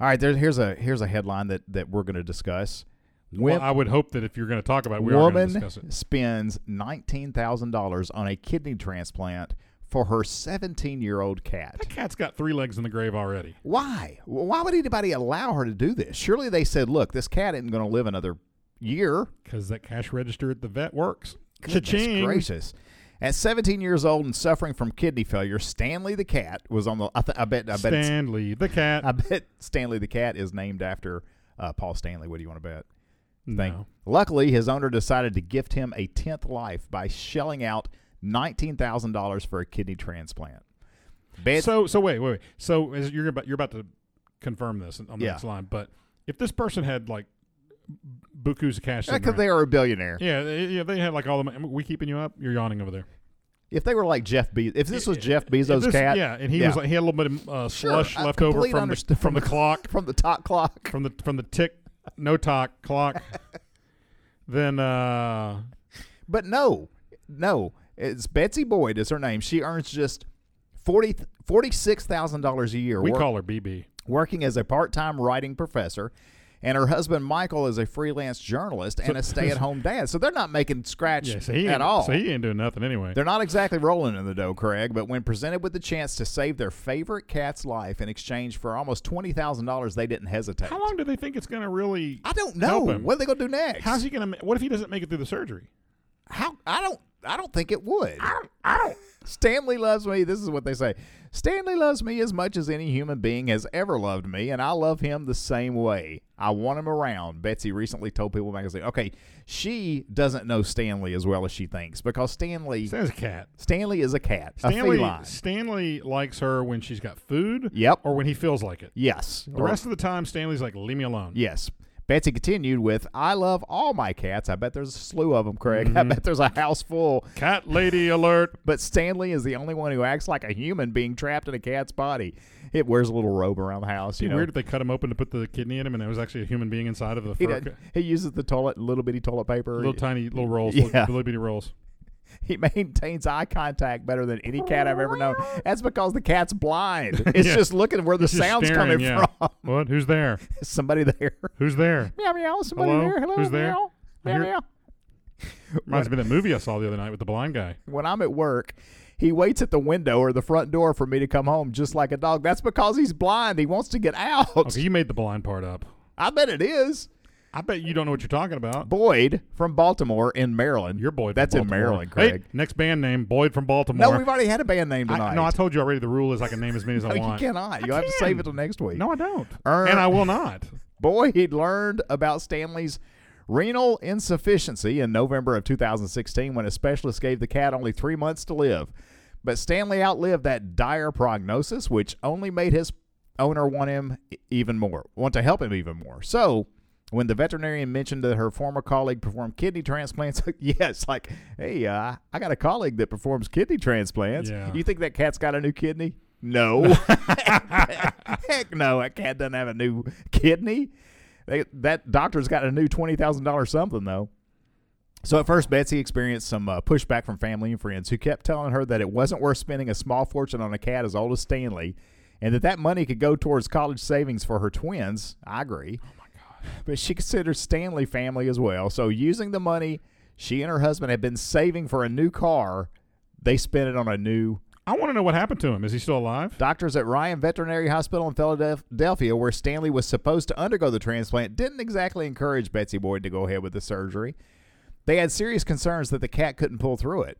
Speaker 5: All right. There's here's a here's a headline that that we're going to discuss.
Speaker 6: Well,
Speaker 5: Wim-
Speaker 6: I would hope that if you're going to talk about it, we are going to
Speaker 5: woman
Speaker 6: discuss it.
Speaker 5: spends nineteen thousand dollars on a kidney transplant for her seventeen year old cat.
Speaker 6: That cat's got three legs in the grave already.
Speaker 5: Why? Why would anybody allow her to do this? Surely they said, "Look, this cat isn't going to live another year."
Speaker 6: Because that cash register at the vet works.
Speaker 5: Goodness
Speaker 6: Cha-ching.
Speaker 5: gracious. At 17 years old and suffering from kidney failure, Stanley the cat was on the. I, th- I bet. I bet. it's-
Speaker 6: Stanley the cat.
Speaker 5: I bet Stanley the cat is named after uh, Paul Stanley. What do you want to bet? thing.
Speaker 6: No.
Speaker 5: Luckily, his owner decided to gift him a 10th life by shelling out $19,000 for a kidney transplant. Bed-
Speaker 6: So so wait wait wait. So as you're about you're about to confirm this on the
Speaker 5: Yeah.
Speaker 6: next line, but if this person had like bukus of cash,
Speaker 5: Yeah,
Speaker 6: sitting
Speaker 5: 'cause
Speaker 6: around-
Speaker 5: they are a billionaire.
Speaker 6: Yeah, they, yeah, they had like all the. money. We keeping you up? You're yawning over there.
Speaker 5: If they were like Jeff Bezos, if this was Jeff Bezos'
Speaker 6: This-
Speaker 5: cat,
Speaker 6: Yeah, and he
Speaker 5: yeah.
Speaker 6: was like he had a little bit of uh,
Speaker 5: Sure,
Speaker 6: slush
Speaker 5: I
Speaker 6: left over
Speaker 5: completely
Speaker 6: from the,
Speaker 5: understand-
Speaker 6: from the clock,
Speaker 5: from the top clock,
Speaker 6: from the from the tick, no talk clock. then uh,
Speaker 5: but no, no, it's Betsy Boyd is her name. She earns just forty forty six thousand dollars a year.
Speaker 6: we
Speaker 5: work-
Speaker 6: call her BB.
Speaker 5: working as a part time writing professor, and her husband Michael is a freelance journalist and a stay at home dad. So they're not making scratch
Speaker 6: Yeah, so he
Speaker 5: at
Speaker 6: ain't-
Speaker 5: all.
Speaker 6: So he ain't doing nothing anyway.
Speaker 5: They're not exactly rolling in the dough, Craig, but when presented with the chance to save their favorite cat's life in exchange for almost $20,000, they didn't hesitate.
Speaker 6: How long do they think it's going to really?
Speaker 5: I don't know.
Speaker 6: help him?
Speaker 5: What are they going to do next?
Speaker 6: How's he going to? What if he doesn't make it through the surgery?
Speaker 5: How I don't I don't think it would. I don't, Stanley loves me. This is what they say. Stanley loves me as much as any human being has ever loved me, and I love him the same way. I want him around. Betsy recently told People magazine. Okay, she doesn't know Stanley as well as she thinks because Stanley
Speaker 6: Stan's a cat.
Speaker 5: Stanley is a cat, a
Speaker 6: Stanley
Speaker 5: feline.
Speaker 6: Stanley likes her when she's got food.
Speaker 5: Yep.
Speaker 6: Or when he feels like it.
Speaker 5: Yes.
Speaker 6: The rest of the time, Stanley's like, "Leave me alone."
Speaker 5: Yes. Betsy continued with, "I love all my cats. I bet there's a slew of them, Craig. I bet there's a house full."
Speaker 6: Cat lady alert.
Speaker 5: But Stanley is the only one who acts like a human being trapped in a cat's body. It wears a little robe around the house.
Speaker 6: It'd
Speaker 5: You
Speaker 6: be
Speaker 5: know,
Speaker 6: weird if they cut him open to put the kidney in him, and it was actually a human being inside of the
Speaker 5: he,
Speaker 6: fur.
Speaker 5: doesn't- he uses the toilet, little bitty toilet paper.
Speaker 6: Little tiny little rolls,
Speaker 5: Yeah.
Speaker 6: little, little bitty rolls.
Speaker 5: he maintains eye contact better than any cat I've ever known. That's because the cat's blind. It's
Speaker 6: Yeah.
Speaker 5: just looking where the
Speaker 6: Just
Speaker 5: sound's
Speaker 6: staring,
Speaker 5: coming
Speaker 6: yeah.
Speaker 5: from.
Speaker 6: What? Who's there?
Speaker 5: Somebody there.
Speaker 6: Who's there?
Speaker 5: Meow meow. Somebody
Speaker 6: Hello?
Speaker 5: there. Hello.
Speaker 6: Who's there?
Speaker 5: Meow.
Speaker 6: I
Speaker 5: Meow,
Speaker 6: hear-
Speaker 5: meow.
Speaker 6: Reminds me of that movie I saw the other night with the blind guy.
Speaker 5: when I'm at work, he waits at the window or the front door for me to come home just like a dog. That's because he's blind. He wants to get out.
Speaker 6: Okay, you made the blind part up.
Speaker 5: I bet it is.
Speaker 6: I bet you don't know what you're talking about.
Speaker 5: Boyd from Baltimore in Maryland.
Speaker 6: Your Boyd. from
Speaker 5: That's in
Speaker 6: Baltimore.
Speaker 5: Maryland,
Speaker 6: Hey,
Speaker 5: Craig.
Speaker 6: next band name, Boyd from Baltimore.
Speaker 5: no, we've already had a band name tonight.
Speaker 6: I, no, I told you already. The rule is I can name as many as I
Speaker 5: No, you
Speaker 6: want.
Speaker 5: cannot. You'll have to save it till next week.
Speaker 6: No, I don't.
Speaker 5: Er-
Speaker 6: and I will not.
Speaker 5: Boyd learned about Stanley's renal insufficiency in November of 2016 when a specialist gave the cat only three months to live. But Stanley outlived that dire prognosis, which only made his owner want him e- even more, want to help him even more. So when the veterinarian mentioned that her former colleague performed kidney transplants, yes, like, hey, uh, I got a colleague that performs kidney transplants.
Speaker 6: Yeah.
Speaker 5: You think that cat's got a new kidney? No. Heck no, that cat doesn't have a new kidney. They, that doctor's got a new $20,000 something, though. So at first, Betsy experienced some uh, pushback from family and friends who kept telling her that it wasn't worth spending a small fortune on a cat as old as Stanley and that that money could go towards college savings for her twins. I agree. Oh, my God. But she considered Stanley family as well. So using the money she and her husband had been saving for a new car, they spent it on a new
Speaker 6: I want to know what happened to him. Is he still alive?
Speaker 5: Doctors at Ryan Veterinary Hospital in Philadelphia, where Stanley was supposed to undergo the transplant, didn't exactly encourage Betsy Boyd to go ahead with the surgery. They had serious concerns that the cat couldn't pull through it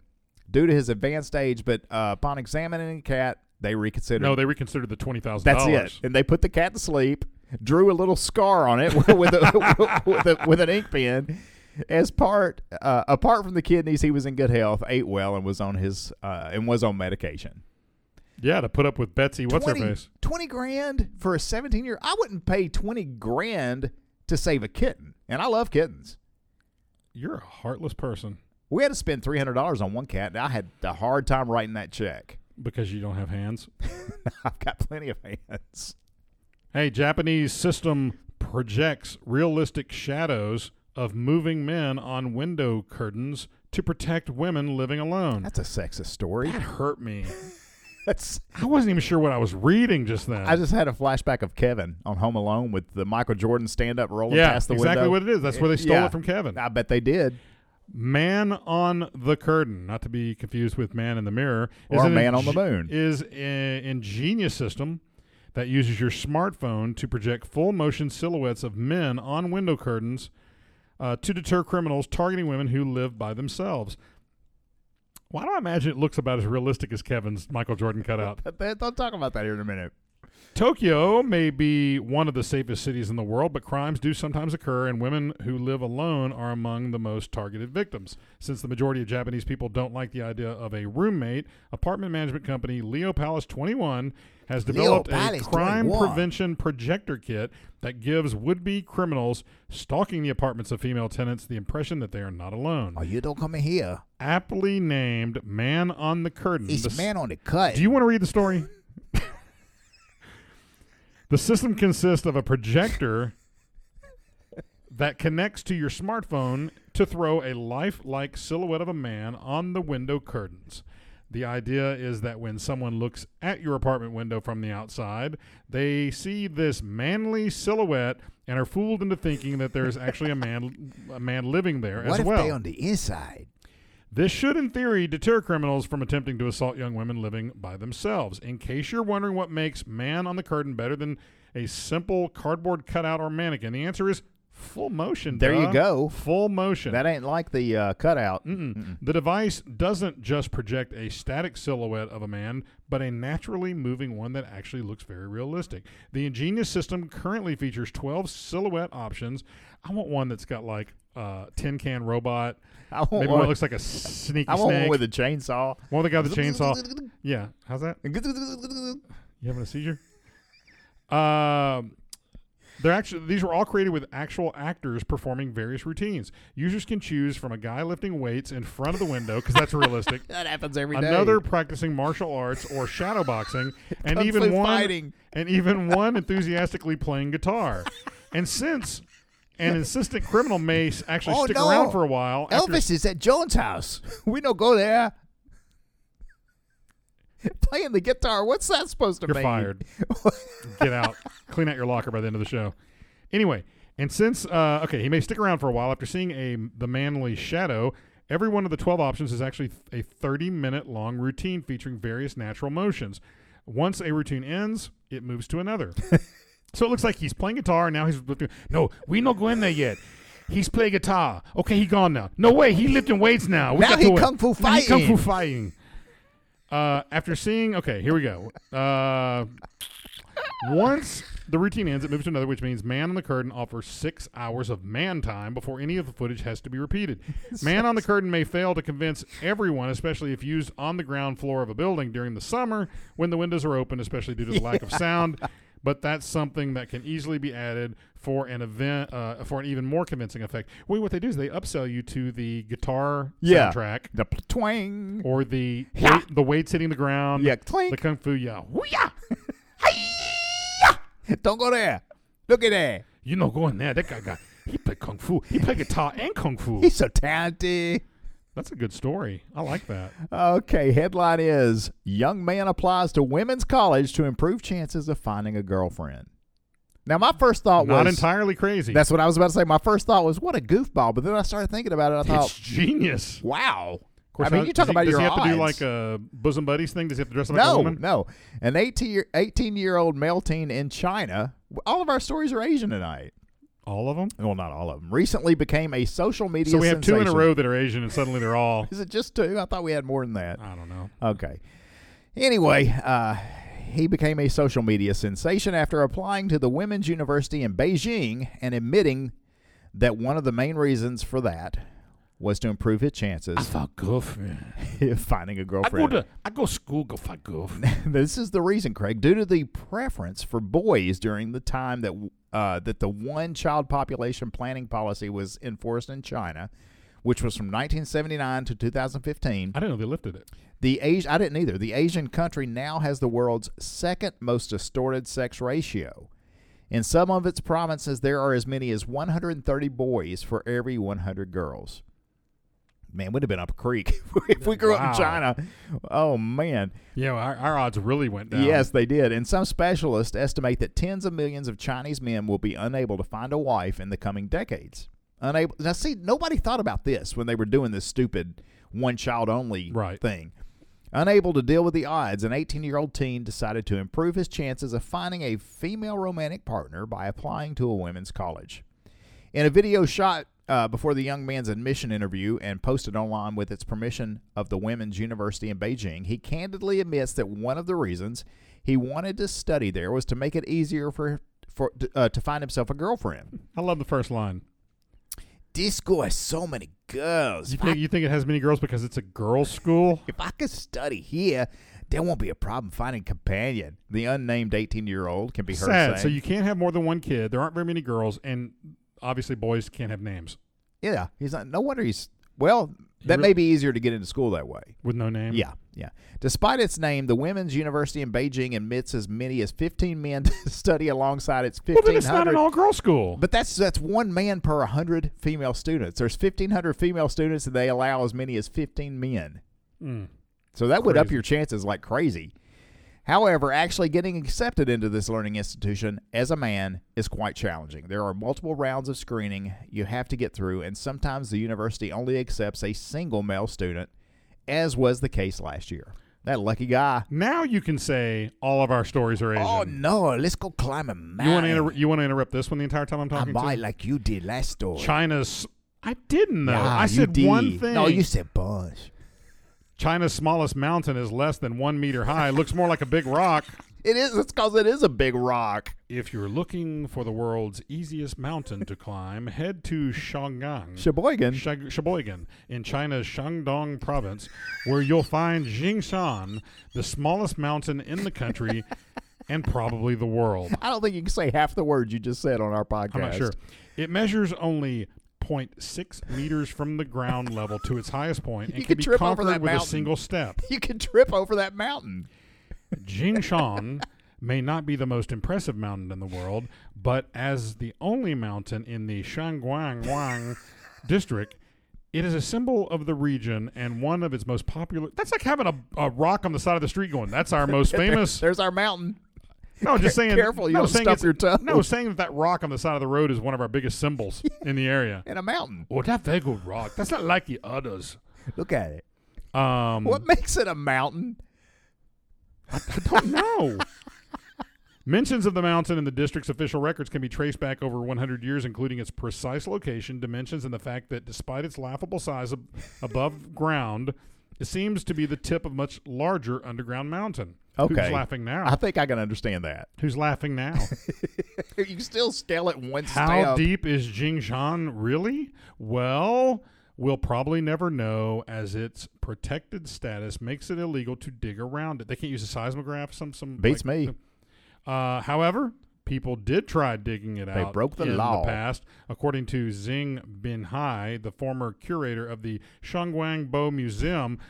Speaker 5: due to his advanced age, but uh, upon examining the cat, they reconsidered.
Speaker 6: No, they reconsidered the twenty thousand.
Speaker 5: That's it. And they put the cat to sleep, drew a little scar on it with, a, with, a, with an ink pen. As part, uh, apart from the kidneys, he was in good health, ate well, and was on his uh, and was on medication.
Speaker 6: Yeah, to put up with Betsy. What's
Speaker 5: 20,
Speaker 6: her face?
Speaker 5: 20 grand for a 17 year I wouldn't pay 20 grand to save a kitten. And I love kittens.
Speaker 6: You're a heartless person
Speaker 5: We had to spend $300 on one cat, and I had a hard time writing that check.
Speaker 6: because you don't have hands.
Speaker 5: I've got plenty of hands.
Speaker 6: Hey, Japanese system projects realistic shadows of moving men on window curtains to protect women living alone.
Speaker 5: That's a sexist story.
Speaker 6: that hurt me.
Speaker 5: That's,
Speaker 6: I wasn't even sure what I was reading just then.
Speaker 5: I just had a flashback of Kevin on Home Alone with the Michael Jordan stand up rolling
Speaker 6: yeah,
Speaker 5: past the
Speaker 6: exactly
Speaker 5: window.
Speaker 6: what it is. That's where they stole
Speaker 5: Yeah.
Speaker 6: it from Kevin.
Speaker 5: I bet they did.
Speaker 6: Man on the Curtain, not to be confused with Man in the Mirror,
Speaker 5: Or
Speaker 6: an
Speaker 5: Man on the
Speaker 6: ing-
Speaker 5: Moon.
Speaker 6: is an ingenious system that uses your smartphone to project full motion silhouettes of men on window curtains uh, to deter criminals targeting women who live by themselves. Why do I imagine it looks about as realistic as Kevin's Michael Jordan cutout?
Speaker 5: I'll talk about that here in a minute.
Speaker 6: Tokyo may be one of the safest cities in the world, but crimes do sometimes occur, and women who live alone are among the most targeted victims. Since the majority of Japanese people don't like the idea of a roommate, apartment management company Leo Palace 21 has developed a
Speaker 5: Palace
Speaker 6: crime
Speaker 5: 21.
Speaker 6: prevention projector kit that gives would be criminals stalking the apartments of female tenants the impression that they are not alone.
Speaker 5: you don't come in here.
Speaker 6: Aptly named Man on the Curtain. the s-
Speaker 5: on the cut.
Speaker 6: do you want to read the story? the system consists of a projector that connects to your smartphone to throw a lifelike silhouette of a man on the window curtains. The idea is that when someone looks at your apartment window from the outside, they see this manly silhouette and are fooled into thinking that there's actually a man a man living there
Speaker 5: what
Speaker 6: as
Speaker 5: if
Speaker 6: well.
Speaker 5: they on the inside?
Speaker 6: This should, in theory, deter criminals from attempting to assault young women living by themselves. In case you're wondering what makes Man on the Curtain better than a simple cardboard cutout or mannequin, the answer is full motion.
Speaker 5: There you
Speaker 6: duh.
Speaker 5: go.
Speaker 6: Full motion.
Speaker 5: That ain't like the uh, cutout.
Speaker 6: Mm-mm. The device doesn't just project a static silhouette of a man, but a naturally moving one that actually looks very realistic. The ingenious system currently features 12 silhouette options. I want one that's got like a tin can robot.
Speaker 5: I want
Speaker 6: Maybe one
Speaker 5: one.
Speaker 6: that looks like a sneaky
Speaker 5: I want
Speaker 6: snake.
Speaker 5: one with a chainsaw.
Speaker 6: One that got the chainsaw. Yeah. How's that? You having a seizure? Um, they're actually these were all created with actual actors performing various routines. Users can choose from a guy lifting weights in front of the window because that's realistic.
Speaker 5: That happens every day.
Speaker 6: Another practicing martial arts or shadow boxing, and
Speaker 5: Kung
Speaker 6: even
Speaker 5: Fu
Speaker 6: one
Speaker 5: fighting.
Speaker 6: and even one enthusiastically playing guitar. And since an insistent criminal may s- actually
Speaker 5: Oh,
Speaker 6: stick
Speaker 5: no.
Speaker 6: around for a while, after-
Speaker 5: Elvis is at Jones' house. We don't go there. Playing the guitar. What's that supposed to
Speaker 6: You're
Speaker 5: mean?
Speaker 6: fired. get out, clean out your locker by the end of the show. Anyway, and since uh, okay, he may stick around for a while after seeing a the manly shadow. Every one of the twelve options is actually a thirty minute long routine featuring various natural motions. Once a routine ends, it moves to another. so it looks like he's playing guitar and now he's lifting. No, we not go in there yet. He's playing guitar. Okay, he gone now. No way, he lifting weights now. We
Speaker 5: Now
Speaker 6: got
Speaker 5: he
Speaker 6: to wait.
Speaker 5: kung fu
Speaker 6: Now he kung
Speaker 5: fighting.
Speaker 6: fu fighting. Uh, after seeing, okay, here we go. Uh, once the routine ends, it moves to another, which means Man on the Curtain offers six hours of man time before any of the footage has to be repeated. Man on the Curtain may fail to convince everyone, especially if used on the ground floor of a building during the summer when the windows are open, especially due to the lack of sound. But that's something that can easily be added for an event uh, for an even more convincing effect. Wait, what they do is they upsell you to the guitar
Speaker 5: Yeah.
Speaker 6: soundtrack
Speaker 5: The pl- twang.
Speaker 6: or the
Speaker 5: Yeah.
Speaker 6: weight, the weights hitting the ground.
Speaker 5: Yeah,
Speaker 6: The
Speaker 5: clink.
Speaker 6: kung fu, yeah.
Speaker 5: Hoo-yah. Hi-yah. Don't go there. Look at that.
Speaker 6: You know, going there, that guy got he played kung fu. He played guitar and kung fu.
Speaker 5: He's so talented.
Speaker 6: That's a good story. I like that.
Speaker 5: Okay, headline is Young Man Applies to Women's College to Improve Chances of Finding a Girlfriend. Now, my first thought
Speaker 6: Not
Speaker 5: was
Speaker 6: entirely crazy.
Speaker 5: that's what I was about to say. My first thought was, what a goofball. But then I started thinking about it. I
Speaker 6: it's
Speaker 5: thought,
Speaker 6: genius. Of
Speaker 5: wow.
Speaker 6: course,
Speaker 5: I mean,
Speaker 6: how-
Speaker 5: you talk
Speaker 6: does he-
Speaker 5: about
Speaker 6: does
Speaker 5: your
Speaker 6: he have to do
Speaker 5: odds.
Speaker 6: like a bosom buddies thing? Does he have to dress up like a
Speaker 5: No,
Speaker 6: woman?
Speaker 5: no. An 18 year, 18 year old male teen in China, all of our stories are Asian tonight.
Speaker 6: All of them.
Speaker 5: Well, not all of them. Recently became a social media
Speaker 6: So we have two in a
Speaker 5: sensation.
Speaker 6: row that are Asian, and suddenly they're all.
Speaker 5: Is it just two? I thought we had more than that.
Speaker 6: I don't know.
Speaker 5: Okay. Anyway, uh, he became a social media sensation after applying to the Women's University in Beijing and admitting that one of the main reasons for that was to improve his chances
Speaker 6: thought goof.
Speaker 5: of finding a girlfriend.
Speaker 6: I go school. Go fight goof.
Speaker 5: this is the reason, Craig, due to the preference for boys during the time that uh, that the one child population planning policy was enforced in China, which was from 1979 to 2015.
Speaker 6: I didn't know they lifted it.
Speaker 5: The Asian, I didn't either. The Asian country now has the world's second most distorted sex ratio. In some of its provinces, there are as many as 130 boys for every 100 girls. Man, we'd have been up a creek if we grew up
Speaker 6: Wow.
Speaker 5: in China. Oh man,
Speaker 6: Yeah, well, our, our odds really went down.
Speaker 5: yes, they did. And some specialists estimate that tens of millions of Chinese men will be unable to find a wife in the coming decades. Unable. Now, see, nobody thought about this when they were doing this stupid one child only
Speaker 6: Right.
Speaker 5: thing. Unable to deal with the odds, an 18 year old teen decided to improve his chances of finding a female romantic partner by applying to a women's college. In a video shot uh, before the young man's admission interview and posted online with its permission of the Women's University in Beijing, he candidly admits that one of the reasons he wanted to study there was to make it easier for for uh, to find himself a girlfriend.
Speaker 6: I love the first line.
Speaker 5: This school has so many girls.
Speaker 6: You think, you think it has many girls because it's a girls' school?
Speaker 5: If I could study here, there won't be a problem finding companion. The unnamed 18 year old can be heard
Speaker 6: Sad.
Speaker 5: saying,
Speaker 6: So you can't have more than one kid. There aren't very many girls, and obviously boys can't have names
Speaker 5: "Yeah, he's not. No wonder he's well. That
Speaker 6: really-
Speaker 5: may be easier to get into school that way."
Speaker 6: with no name.
Speaker 5: Yeah, yeah. Despite its name, the Women's University in Beijing admits as many as 15 men to study alongside its
Speaker 6: Well, then it's not
Speaker 5: 1,500.
Speaker 6: an all-girl school.
Speaker 5: but that's that's one man per 100 female students. There's 1,500 female students, and they allow as many as 15 men.
Speaker 6: Mm.
Speaker 5: So that would up
Speaker 6: Crazy.
Speaker 5: your chances like crazy. However, actually getting accepted into this learning institution as a man is quite challenging. There are multiple rounds of screening you have to get through, and sometimes the university only accepts a single male student, as was the case last year. That lucky guy.
Speaker 6: Now you can say all of our stories are Asian.
Speaker 5: Oh no, let's go climb a mountain.
Speaker 6: you want to inter- you want to interrupt this one the entire time I'm
Speaker 5: I
Speaker 6: talking
Speaker 5: might
Speaker 6: to
Speaker 5: like you did last door.
Speaker 6: China's. I didn't though.
Speaker 5: Nah,
Speaker 6: I
Speaker 5: you
Speaker 6: said
Speaker 5: did.
Speaker 6: one thing.
Speaker 5: No, you said bunch.
Speaker 6: China's smallest mountain is less than one meter high. Looks more like a big rock.
Speaker 5: It is. It's because it is a big rock.
Speaker 6: If you're looking for the world's easiest mountain to climb, head to Shangang.
Speaker 5: Sheboygan.
Speaker 6: Shag- Sheboygan in China's Shandong province, where you'll find Jingshan, the smallest mountain in the country and probably the world.
Speaker 5: I don't think you can say half the words you just said on our podcast.
Speaker 6: I'm not sure. It measures only 0.6 meters from the ground level to its highest point and
Speaker 5: You
Speaker 6: can
Speaker 5: could
Speaker 6: be
Speaker 5: trip over
Speaker 6: conquered
Speaker 5: that
Speaker 6: with a
Speaker 5: mountain.
Speaker 6: single step.
Speaker 5: You could trip over that mountain.
Speaker 6: Jingshan may not be the most impressive mountain in the world, but as the only mountain in the Shangguangguang district, it is a symbol of the region and one of its most popular. That's like having a, a rock on the side of the street going, that's our most famous.
Speaker 5: There's our mountain.
Speaker 6: No, just saying.
Speaker 5: Careful, you
Speaker 6: no,
Speaker 5: don't
Speaker 6: saying
Speaker 5: stump
Speaker 6: it's-
Speaker 5: your toe.
Speaker 6: No, saying that that rock on the side of the road is one of our biggest symbols in the area.
Speaker 5: And a mountain.
Speaker 6: Oh, that very good rock. That's not like the others.
Speaker 5: Look at it.
Speaker 6: Um,
Speaker 5: What makes it a mountain?
Speaker 6: don't know. Mentions of the mountain in the district's official records can be traced back over 100 years, including its precise location, dimensions, and the fact that despite its laughable size ab- above ground, it seems to be the tip of much larger underground mountain.
Speaker 5: Okay.
Speaker 6: Who's laughing now?
Speaker 5: I think I can understand that.
Speaker 6: Who's laughing now?
Speaker 5: You can still scale it one
Speaker 6: How
Speaker 5: step.
Speaker 6: deep is Jingshan really? Well, we'll probably never know as its protected status makes it illegal to dig around it. They can't use a seismograph. Some some
Speaker 5: Beats
Speaker 6: like-
Speaker 5: me.
Speaker 6: Uh, however, people did try digging it out.
Speaker 5: broke the
Speaker 6: in
Speaker 5: law.
Speaker 6: The past, according to Xing Binhai, the former curator of the Shangwang Bo Museum,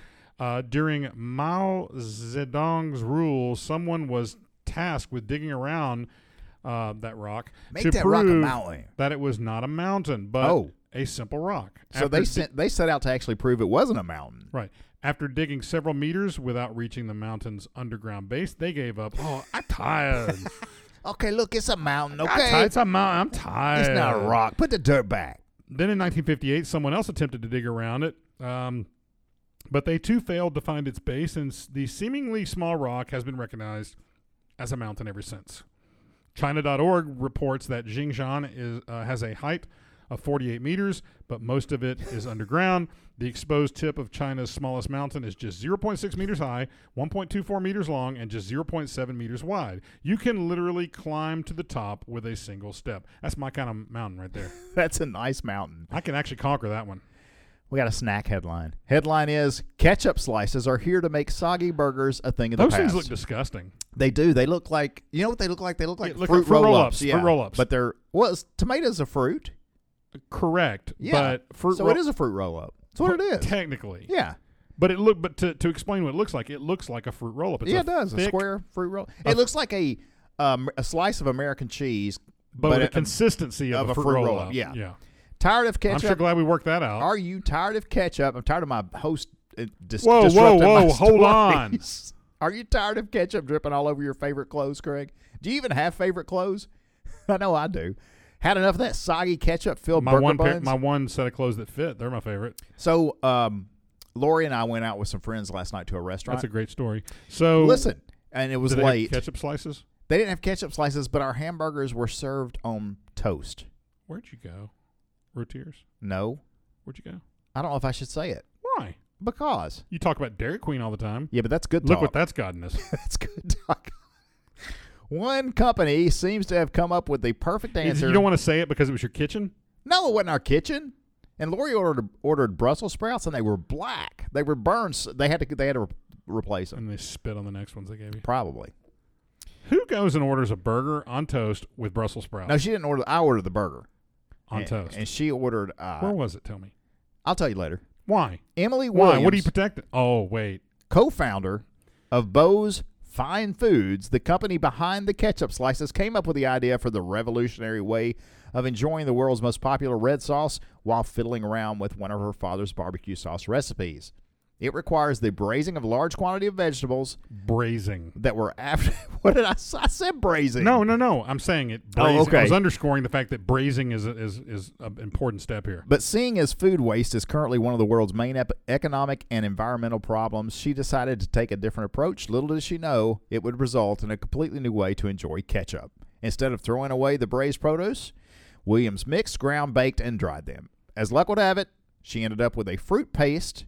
Speaker 6: uh, during Mao Zedong's rule, someone was tasked with digging around uh, that rock
Speaker 5: Make
Speaker 6: to
Speaker 5: that rock a
Speaker 6: prove
Speaker 5: mountain.
Speaker 6: that it was not a mountain, but
Speaker 5: Oh.
Speaker 6: a simple rock.
Speaker 5: So
Speaker 6: After
Speaker 5: they
Speaker 6: di-
Speaker 5: sent, they set out to actually prove it wasn't a mountain.
Speaker 6: Right. After digging several meters without reaching the mountain's underground base, they gave up. Oh, I'm tired.
Speaker 5: Okay, look, it's a mountain.
Speaker 6: I'm
Speaker 5: Okay,
Speaker 6: tired. It's a mountain. I'm tired.
Speaker 5: it's not a rock. Put the dirt back.
Speaker 6: Then in 1958, someone else attempted to dig around it, um, but they too failed to find its base, and s- the seemingly small rock has been recognized as a mountain ever since. China.org reports that Jingshan is, uh, has a height of 48 meters, but most of it is underground. The exposed tip of China's smallest mountain is just 0.6 meters high, 1.24 meters long, and just 0.7 meters wide. You can literally climb to the top with a single step. That's my kind of mountain right there.
Speaker 5: That's a nice mountain.
Speaker 6: I can actually conquer that one.
Speaker 5: We got a snack headline. Headline is ketchup slices are here to make soggy burgers a thing of the
Speaker 6: Those
Speaker 5: past.
Speaker 6: things look disgusting.
Speaker 5: They do. They look like you know what they look like. They look like
Speaker 6: Yeah, look
Speaker 5: fruit,
Speaker 6: like fruit
Speaker 5: roll
Speaker 6: roll-ups,
Speaker 5: ups. Yeah,
Speaker 6: fruit roll-ups.
Speaker 5: But they're well, it's, tomatoes a fruit.
Speaker 6: Correct.
Speaker 5: Yeah,
Speaker 6: But fruit
Speaker 5: so
Speaker 6: roll-
Speaker 5: it is a fruit roll up. That's what it is.
Speaker 6: Technically.
Speaker 5: yeah,
Speaker 6: But it look but to, to explain what it looks like, it looks like a fruit roll up.
Speaker 5: yeah, it does. a square fruit roll. It looks like a um, a slice of American cheese.
Speaker 6: but, with
Speaker 5: it-
Speaker 6: the consistency of,
Speaker 5: of
Speaker 6: a fruit, roll up.
Speaker 5: yeah.
Speaker 6: Yeah.
Speaker 5: tired of
Speaker 6: I'm
Speaker 5: ketchup.
Speaker 6: sure glad we worked that out.
Speaker 5: Are you tired of ketchup? I'm tired of my host. Uh, dis-
Speaker 6: Whoa, whoa,
Speaker 5: disrupting my
Speaker 6: whoa, hold on.
Speaker 5: stories. Are you tired of ketchup dripping all over your favorite clothes, Craig? Do you even have favorite clothes? I know I do. Had enough of that soggy ketchup filled
Speaker 6: my
Speaker 5: burger
Speaker 6: one pair,
Speaker 5: buns.
Speaker 6: my one set of clothes that fit. They're my favorite.
Speaker 5: So, um, Lori and I went out with some friends last night to a restaurant.
Speaker 6: That's a great story. So
Speaker 5: Listen, and it was
Speaker 6: did they have
Speaker 5: late.
Speaker 6: ketchup slices?
Speaker 5: They didn't have ketchup slices, but our hamburgers were served on toast.
Speaker 6: Where'd you go? Rotiers?
Speaker 5: No,
Speaker 6: Where'd you go?
Speaker 5: I don't know if I should say it
Speaker 6: Why?
Speaker 5: because
Speaker 6: You talk about Dairy Queen all the time.
Speaker 5: yeah, but that's good.
Speaker 6: Look
Speaker 5: talk.
Speaker 6: what that's gotten us.
Speaker 5: that's good talk. One company seems to have come up with the perfect
Speaker 6: you
Speaker 5: answer.
Speaker 6: you don't want to say it because it was your kitchen?
Speaker 5: no, it wasn't our kitchen. And Lori ordered ordered Brussels sprouts, and they were black. They were burned. so They had to they had to re- replace them.
Speaker 6: And they spit on the next ones they gave you.
Speaker 5: Probably.
Speaker 6: Who goes and orders a burger on toast with Brussels sprouts
Speaker 5: No, she didn't order. I ordered the burger
Speaker 6: on
Speaker 5: and,
Speaker 6: toast?
Speaker 5: and she ordered. Uh,
Speaker 6: Where was it? Tell me.
Speaker 5: I'll tell you later.
Speaker 6: Why?
Speaker 5: Emily
Speaker 6: Why?
Speaker 5: Williams,
Speaker 6: What are you protecting? Oh, wait.
Speaker 5: co-founder of Bo's Fine Foods, the company behind the ketchup slices, came up with the idea for the revolutionary way of enjoying the world's most popular red sauce while fiddling around with one of her father's barbecue sauce recipes. It requires the braising of a large quantity of vegetables
Speaker 6: Braising.
Speaker 5: that were after. What did I? s- I said braising.
Speaker 6: No, no, no. I'm saying it.
Speaker 5: Oh,
Speaker 6: Braising.
Speaker 5: okay.
Speaker 6: I was underscoring the fact that braising is is is an important step here.
Speaker 5: But seeing as food waste is currently one of the world's main ep- economic and environmental problems, she decided to take a different approach. Little did she know it would result in a completely new way to enjoy ketchup. Instead of throwing away the braised produce, Williams mixed, ground, baked, and dried them. As luck would have it, she ended up with a fruit paste,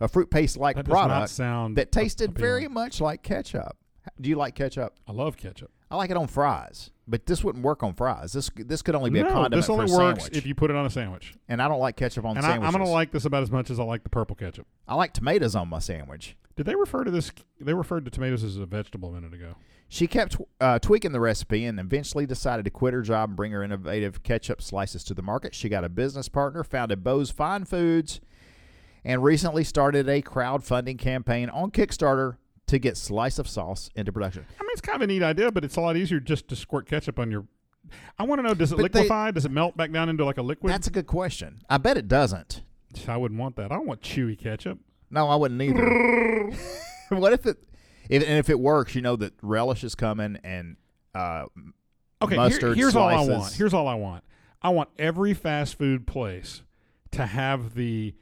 Speaker 5: a fruit paste like
Speaker 6: That does not
Speaker 5: product
Speaker 6: sound
Speaker 5: that tasted
Speaker 6: appealing.
Speaker 5: very much like ketchup. Do you like ketchup?
Speaker 6: I love ketchup.
Speaker 5: I like it on fries, but this wouldn't work on fries. This this could only be
Speaker 6: no,
Speaker 5: a condiment
Speaker 6: this only
Speaker 5: for a
Speaker 6: works
Speaker 5: sandwich.
Speaker 6: if you put it on a sandwich.
Speaker 5: and I don't like ketchup on
Speaker 6: and I,
Speaker 5: sandwiches.
Speaker 6: I'm gonna like this about as much as I like the purple ketchup.
Speaker 5: I like tomatoes on my sandwich.
Speaker 6: Did they refer to this? They referred to tomatoes as a vegetable a minute ago.
Speaker 5: She kept uh, tweaking the recipe and eventually decided to quit her job and bring her innovative ketchup slices to the market. She got a business partner, founded Bo's Fine Foods, and recently started a crowdfunding campaign on Kickstarter to get Slice of Sauce into production.
Speaker 6: I mean, it's kind of a neat idea, but it's a lot easier just to squirt ketchup on your. I want to know: does it
Speaker 5: But they-
Speaker 6: liquefy? does it melt back down into like a liquid?
Speaker 5: That's a good question. I bet it doesn't.
Speaker 6: I wouldn't want that. I don't want chewy ketchup.
Speaker 5: No, I wouldn't either. what if it? If, and if it works, you know that relish is coming and uh,
Speaker 6: Okay, here-
Speaker 5: mustard
Speaker 6: here's
Speaker 5: slices.
Speaker 6: all I want. Here's all I want. I want every fast food place to have the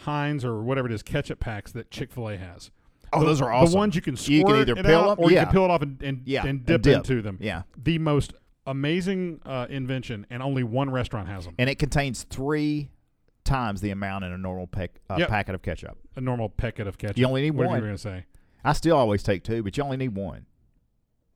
Speaker 6: Heinz or whatever it is ketchup packs that Chick Fil A has.
Speaker 5: Oh,
Speaker 6: The-
Speaker 5: those are awesome.
Speaker 6: The ones you can squirt
Speaker 5: You can either
Speaker 6: it
Speaker 5: peel
Speaker 6: out,
Speaker 5: them-
Speaker 6: or you
Speaker 5: yeah.
Speaker 6: can peel it off and and,
Speaker 5: Yeah,
Speaker 6: and
Speaker 5: and
Speaker 6: dip,
Speaker 5: dip.
Speaker 6: into them.
Speaker 5: Yeah.
Speaker 6: the most amazing uh, invention, and only one restaurant has them.
Speaker 5: and it contains three times the amount in a normal pack, uh,
Speaker 6: Yep.
Speaker 5: packet of ketchup.
Speaker 6: A normal packet of ketchup.
Speaker 5: You only need
Speaker 6: what
Speaker 5: one.
Speaker 6: are you going to say?
Speaker 5: I still always take two, but you only need one.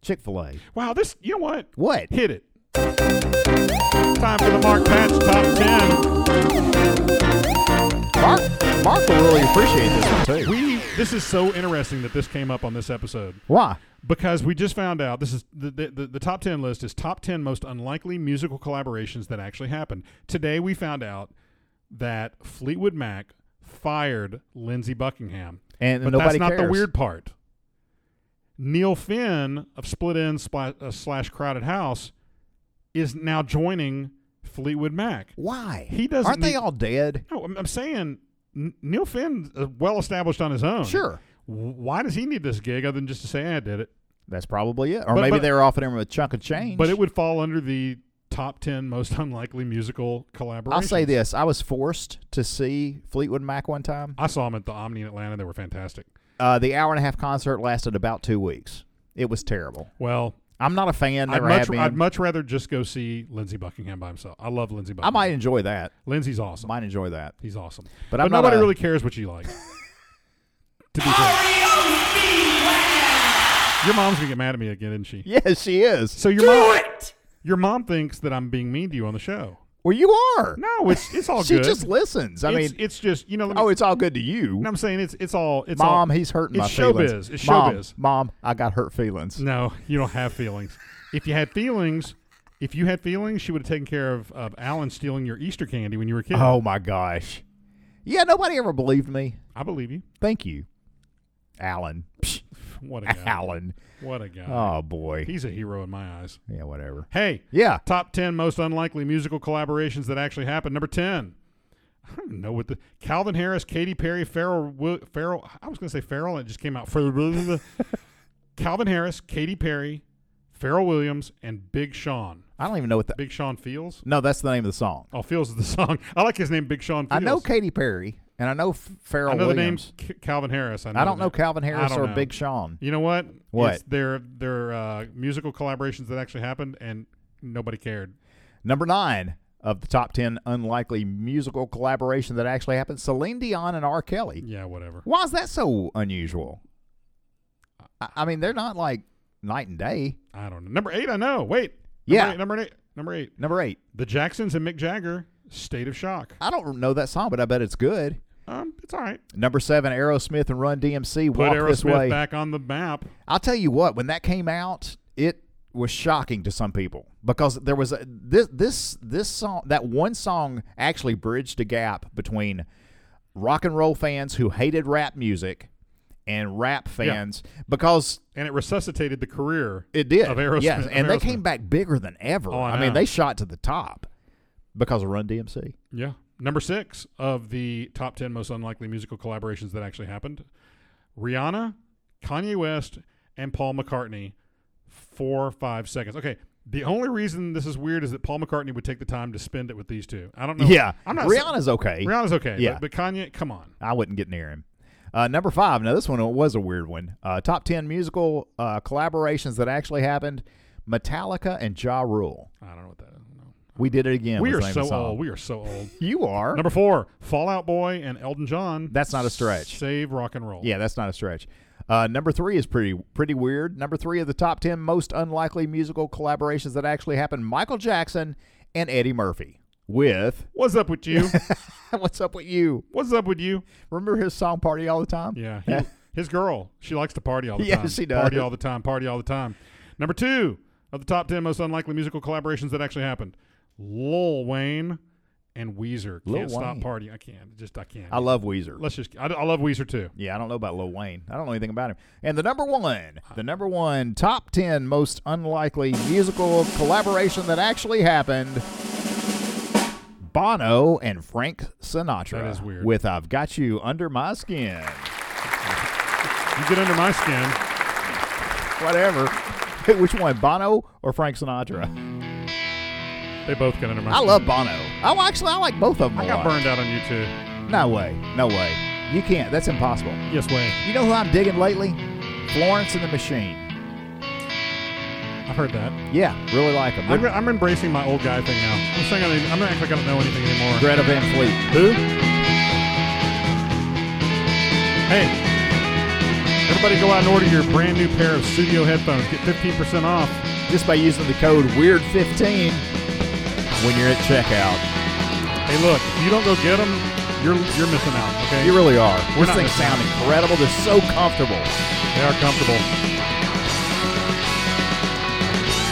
Speaker 5: Chick Fil A.
Speaker 6: Wow, this. You know what?
Speaker 5: What?
Speaker 6: Hit it. Time for the Mark Patch Top Ten.
Speaker 5: Mark, Mark will really appreciate this one too.
Speaker 6: We. This is so interesting that this came up on this episode.
Speaker 5: Why?
Speaker 6: because we just found out this is the, the, the, the top 10 list is top 10 most unlikely musical collaborations that actually happened today we found out that fleetwood mac fired lindsey buckingham
Speaker 5: And
Speaker 6: but
Speaker 5: nobody
Speaker 6: that's not the
Speaker 5: cares.
Speaker 6: weird part neil finn of split end slash, uh, slash crowded house is now joining fleetwood mac
Speaker 5: Why?
Speaker 6: He doesn't
Speaker 5: Aren't they
Speaker 6: need-
Speaker 5: all dead?
Speaker 6: no i'm, I'm saying N- neil finn uh, well established on his own
Speaker 5: Sure.
Speaker 6: W- why does he need this gig other than just to say "Hey, i did it
Speaker 5: That's probably it. Or
Speaker 6: But-
Speaker 5: maybe
Speaker 6: but-
Speaker 5: they were offering him a chunk of change.
Speaker 6: But it would fall under the top 10 most unlikely musical collaborations.
Speaker 5: I'll say this: I was forced to see Fleetwood Mac one time.
Speaker 6: I saw them at the Omni in Atlanta. They were fantastic.
Speaker 5: Uh, the hour and a half concert lasted about two weeks. It was terrible.
Speaker 6: Well,
Speaker 5: I'm not a fan.
Speaker 6: I'd
Speaker 5: Never have
Speaker 6: much,
Speaker 5: been.
Speaker 6: I'd much rather just go see Lindsey Buckingham by himself. I love Lindsey
Speaker 5: I
Speaker 6: Buckingham.
Speaker 5: might enjoy that.
Speaker 6: Lindsey's awesome.
Speaker 5: Might enjoy that.
Speaker 6: He's awesome.
Speaker 5: But I'm not
Speaker 6: nobody
Speaker 5: a-
Speaker 6: really cares what you like. to be fair. Your mom's going to get mad at me again, isn't she?
Speaker 5: Yes, she is.
Speaker 6: So your mom, your mom thinks that I'm being mean to you on the show.
Speaker 5: Well, you are.
Speaker 6: No, it's it's all
Speaker 5: she
Speaker 6: good.
Speaker 5: just listens. I
Speaker 6: it's,
Speaker 5: mean,
Speaker 6: it's just you know. Let me,
Speaker 5: oh, it's all good to you,
Speaker 6: No, I'm saying it's it's all it's all-
Speaker 5: mom. he's hurting
Speaker 6: it's
Speaker 5: my feelings.
Speaker 6: showbiz. It's
Speaker 5: mom,
Speaker 6: showbiz.
Speaker 5: mom, I got hurt feelings.
Speaker 6: No, you don't have feelings. if you had feelings, if you had feelings, she would have taken care of, of Alan stealing your Easter candy when you were a kid.
Speaker 5: Oh my gosh. Yeah, nobody ever believed me.
Speaker 6: I believe you.
Speaker 5: Thank you, Alan. Psh,
Speaker 6: What a guy.
Speaker 5: Alan.
Speaker 6: What a guy.
Speaker 5: Oh boy.
Speaker 6: He's a hero in my eyes.
Speaker 5: yeah, whatever.
Speaker 6: Hey,
Speaker 5: Yeah.
Speaker 6: top 10 most unlikely musical collaborations that actually happened. Number 10. I don't even know what the Calvin Harris, Katy Perry, Farrell, Wi- Farrell. I was going to say Farrell, and it just came out. Calvin Harris, Katy Perry, Farrell Williams, and Big Sean.
Speaker 5: I don't even know what the.
Speaker 6: Big Sean Fields.
Speaker 5: No, that's the name of the song.
Speaker 6: Oh, Fields is the song. I like his name, Big Sean.
Speaker 5: I
Speaker 6: Fields.
Speaker 5: know Katy Perry and I know F- Pharrell
Speaker 6: I know
Speaker 5: Williams.
Speaker 6: the name C- Calvin Harris. I, know
Speaker 5: I don't
Speaker 6: the
Speaker 5: know
Speaker 6: name.
Speaker 5: Calvin Harris
Speaker 6: I don't
Speaker 5: or
Speaker 6: know.
Speaker 5: Big Sean.
Speaker 6: You know what?
Speaker 5: What?
Speaker 6: It's their their uh, musical collaborations that actually happened, and nobody cared.
Speaker 5: Number nine of the top ten unlikely musical collaboration that actually happened: Celine Dion and R. Kelly.
Speaker 6: Yeah, whatever.
Speaker 5: Why is that so unusual? I, I mean, they're not like night and day.
Speaker 6: I don't know. Number eight, I know. Wait. Number
Speaker 5: Yeah.
Speaker 6: Eight, number eight. Number eight.
Speaker 5: Number eight.
Speaker 6: The Jacksons and Mick Jagger. State of Shock.
Speaker 5: I don't know that song, but I bet it's good.
Speaker 6: Um, it's all right.
Speaker 5: Number seven, Aerosmith and Run DMC.
Speaker 6: Put
Speaker 5: Walk this way.
Speaker 6: Aerosmith back on the map.
Speaker 5: I'll tell you what. When that came out, it was shocking to some people because there was a, this this this song that one song actually bridged a gap between rock and roll fans who hated rap music and rap fans because
Speaker 6: And it resuscitated the career.
Speaker 5: It did.
Speaker 6: Of Aerosmith.
Speaker 5: Yes,
Speaker 6: of
Speaker 5: and they
Speaker 6: Aerosmith.
Speaker 5: came back bigger than ever.
Speaker 6: Oh, I
Speaker 5: I mean,
Speaker 6: know.
Speaker 5: they shot to the top because of Run DMC.
Speaker 6: Yeah. Number six of the top 10 most unlikely musical collaborations that actually happened Rihanna, Kanye West, and Paul McCartney. Four, five seconds. Okay. The only reason this is weird is that Paul McCartney would take the time to spend it with these two. I don't know.
Speaker 5: Yeah,
Speaker 6: Oh, I'm not
Speaker 5: Rihanna's okay.
Speaker 6: Rihanna's okay.
Speaker 5: Yeah.
Speaker 6: But, but Kanye, come on.
Speaker 5: I wouldn't get near him. Uh, number five. Now this one was a weird one. Uh, top ten musical uh, collaborations that actually happened: Metallica and Ja Rule.
Speaker 6: I don't know what that is. No.
Speaker 5: We did it again.
Speaker 6: we
Speaker 5: was the
Speaker 6: are
Speaker 5: name of the
Speaker 6: so
Speaker 5: song.
Speaker 6: old. We are so old.
Speaker 5: You are.
Speaker 6: Number four, Fallout Boy and Elton John.
Speaker 5: That's not a stretch.
Speaker 6: Save rock and roll.
Speaker 5: yeah, that's not a stretch. Uh, number three is pretty pretty weird. Number three of the top ten most unlikely musical collaborations that actually happened: Michael Jackson and Eddie Murphy. With
Speaker 6: What's up with you?
Speaker 5: what's up with you?
Speaker 6: What's up with you?
Speaker 5: Remember his song "Party All the Time"?
Speaker 6: Yeah. he- his girl. She likes to party all the
Speaker 5: Yeah,
Speaker 6: time.
Speaker 5: she does.
Speaker 6: Party all the time. Party all the time. Number two of the top ten most unlikely musical collaborations that actually happened. Lil Wayne and Weezer.
Speaker 5: Lil
Speaker 6: can't stop
Speaker 5: Wayne.
Speaker 6: partying. I can't. Just I can't.
Speaker 5: I love Weezer.
Speaker 6: Let's just. I, I love Weezer too.
Speaker 5: Yeah, I don't know about Lil Wayne. I don't know anything about him. And the number one, the number one top 10 most unlikely musical collaboration that actually happened Bono and Frank Sinatra.
Speaker 6: That is weird.
Speaker 5: With I've Got You Under My Skin.
Speaker 6: You get under my skin.
Speaker 5: Whatever. Which one, Bono or Frank Sinatra?
Speaker 6: They both get under my.
Speaker 5: I
Speaker 6: skin.
Speaker 5: love Bono. Oh, actually, I like both of them.
Speaker 6: I
Speaker 5: a
Speaker 6: got
Speaker 5: lot.
Speaker 6: burned out on you too.
Speaker 5: No way. No way. You can't. That's impossible.
Speaker 6: Yes, Wayne.
Speaker 5: You know who I'm digging lately? Florence and the Machine.
Speaker 6: I've heard that.
Speaker 5: Yeah, really like them.
Speaker 6: I'm, I'm embracing my old guy thing now. I'm saying I don't even- I'm not actually gonna know anything anymore.
Speaker 5: Greta Van Fleet.
Speaker 6: Who? Hey, everybody go out and order your brand new pair of studio headphones. Get 15% off.
Speaker 5: just by using the code WEIRD15 when you're at checkout.
Speaker 6: Hey, look, if you don't go get them, you're, you're missing out, okay?
Speaker 5: You really are.
Speaker 6: We're
Speaker 5: These
Speaker 6: not
Speaker 5: things
Speaker 6: missing
Speaker 5: sound incredible. They're so comfortable.
Speaker 6: they are comfortable.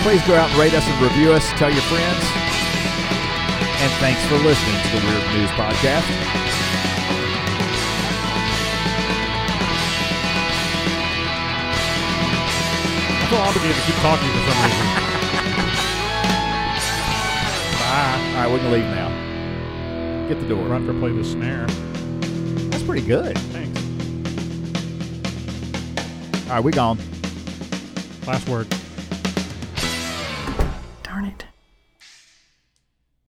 Speaker 5: Please go out and rate us and review us. Tell your friends. And thanks for listening to the Weird News Podcast.
Speaker 6: I feel obligated to keep talking for some reason.
Speaker 5: All right, we can leave now. Get the door.
Speaker 6: We're out there play the snare.
Speaker 5: That's pretty good.
Speaker 6: Thanks.
Speaker 5: All right, we gone.
Speaker 6: Last word.
Speaker 3: Darn it.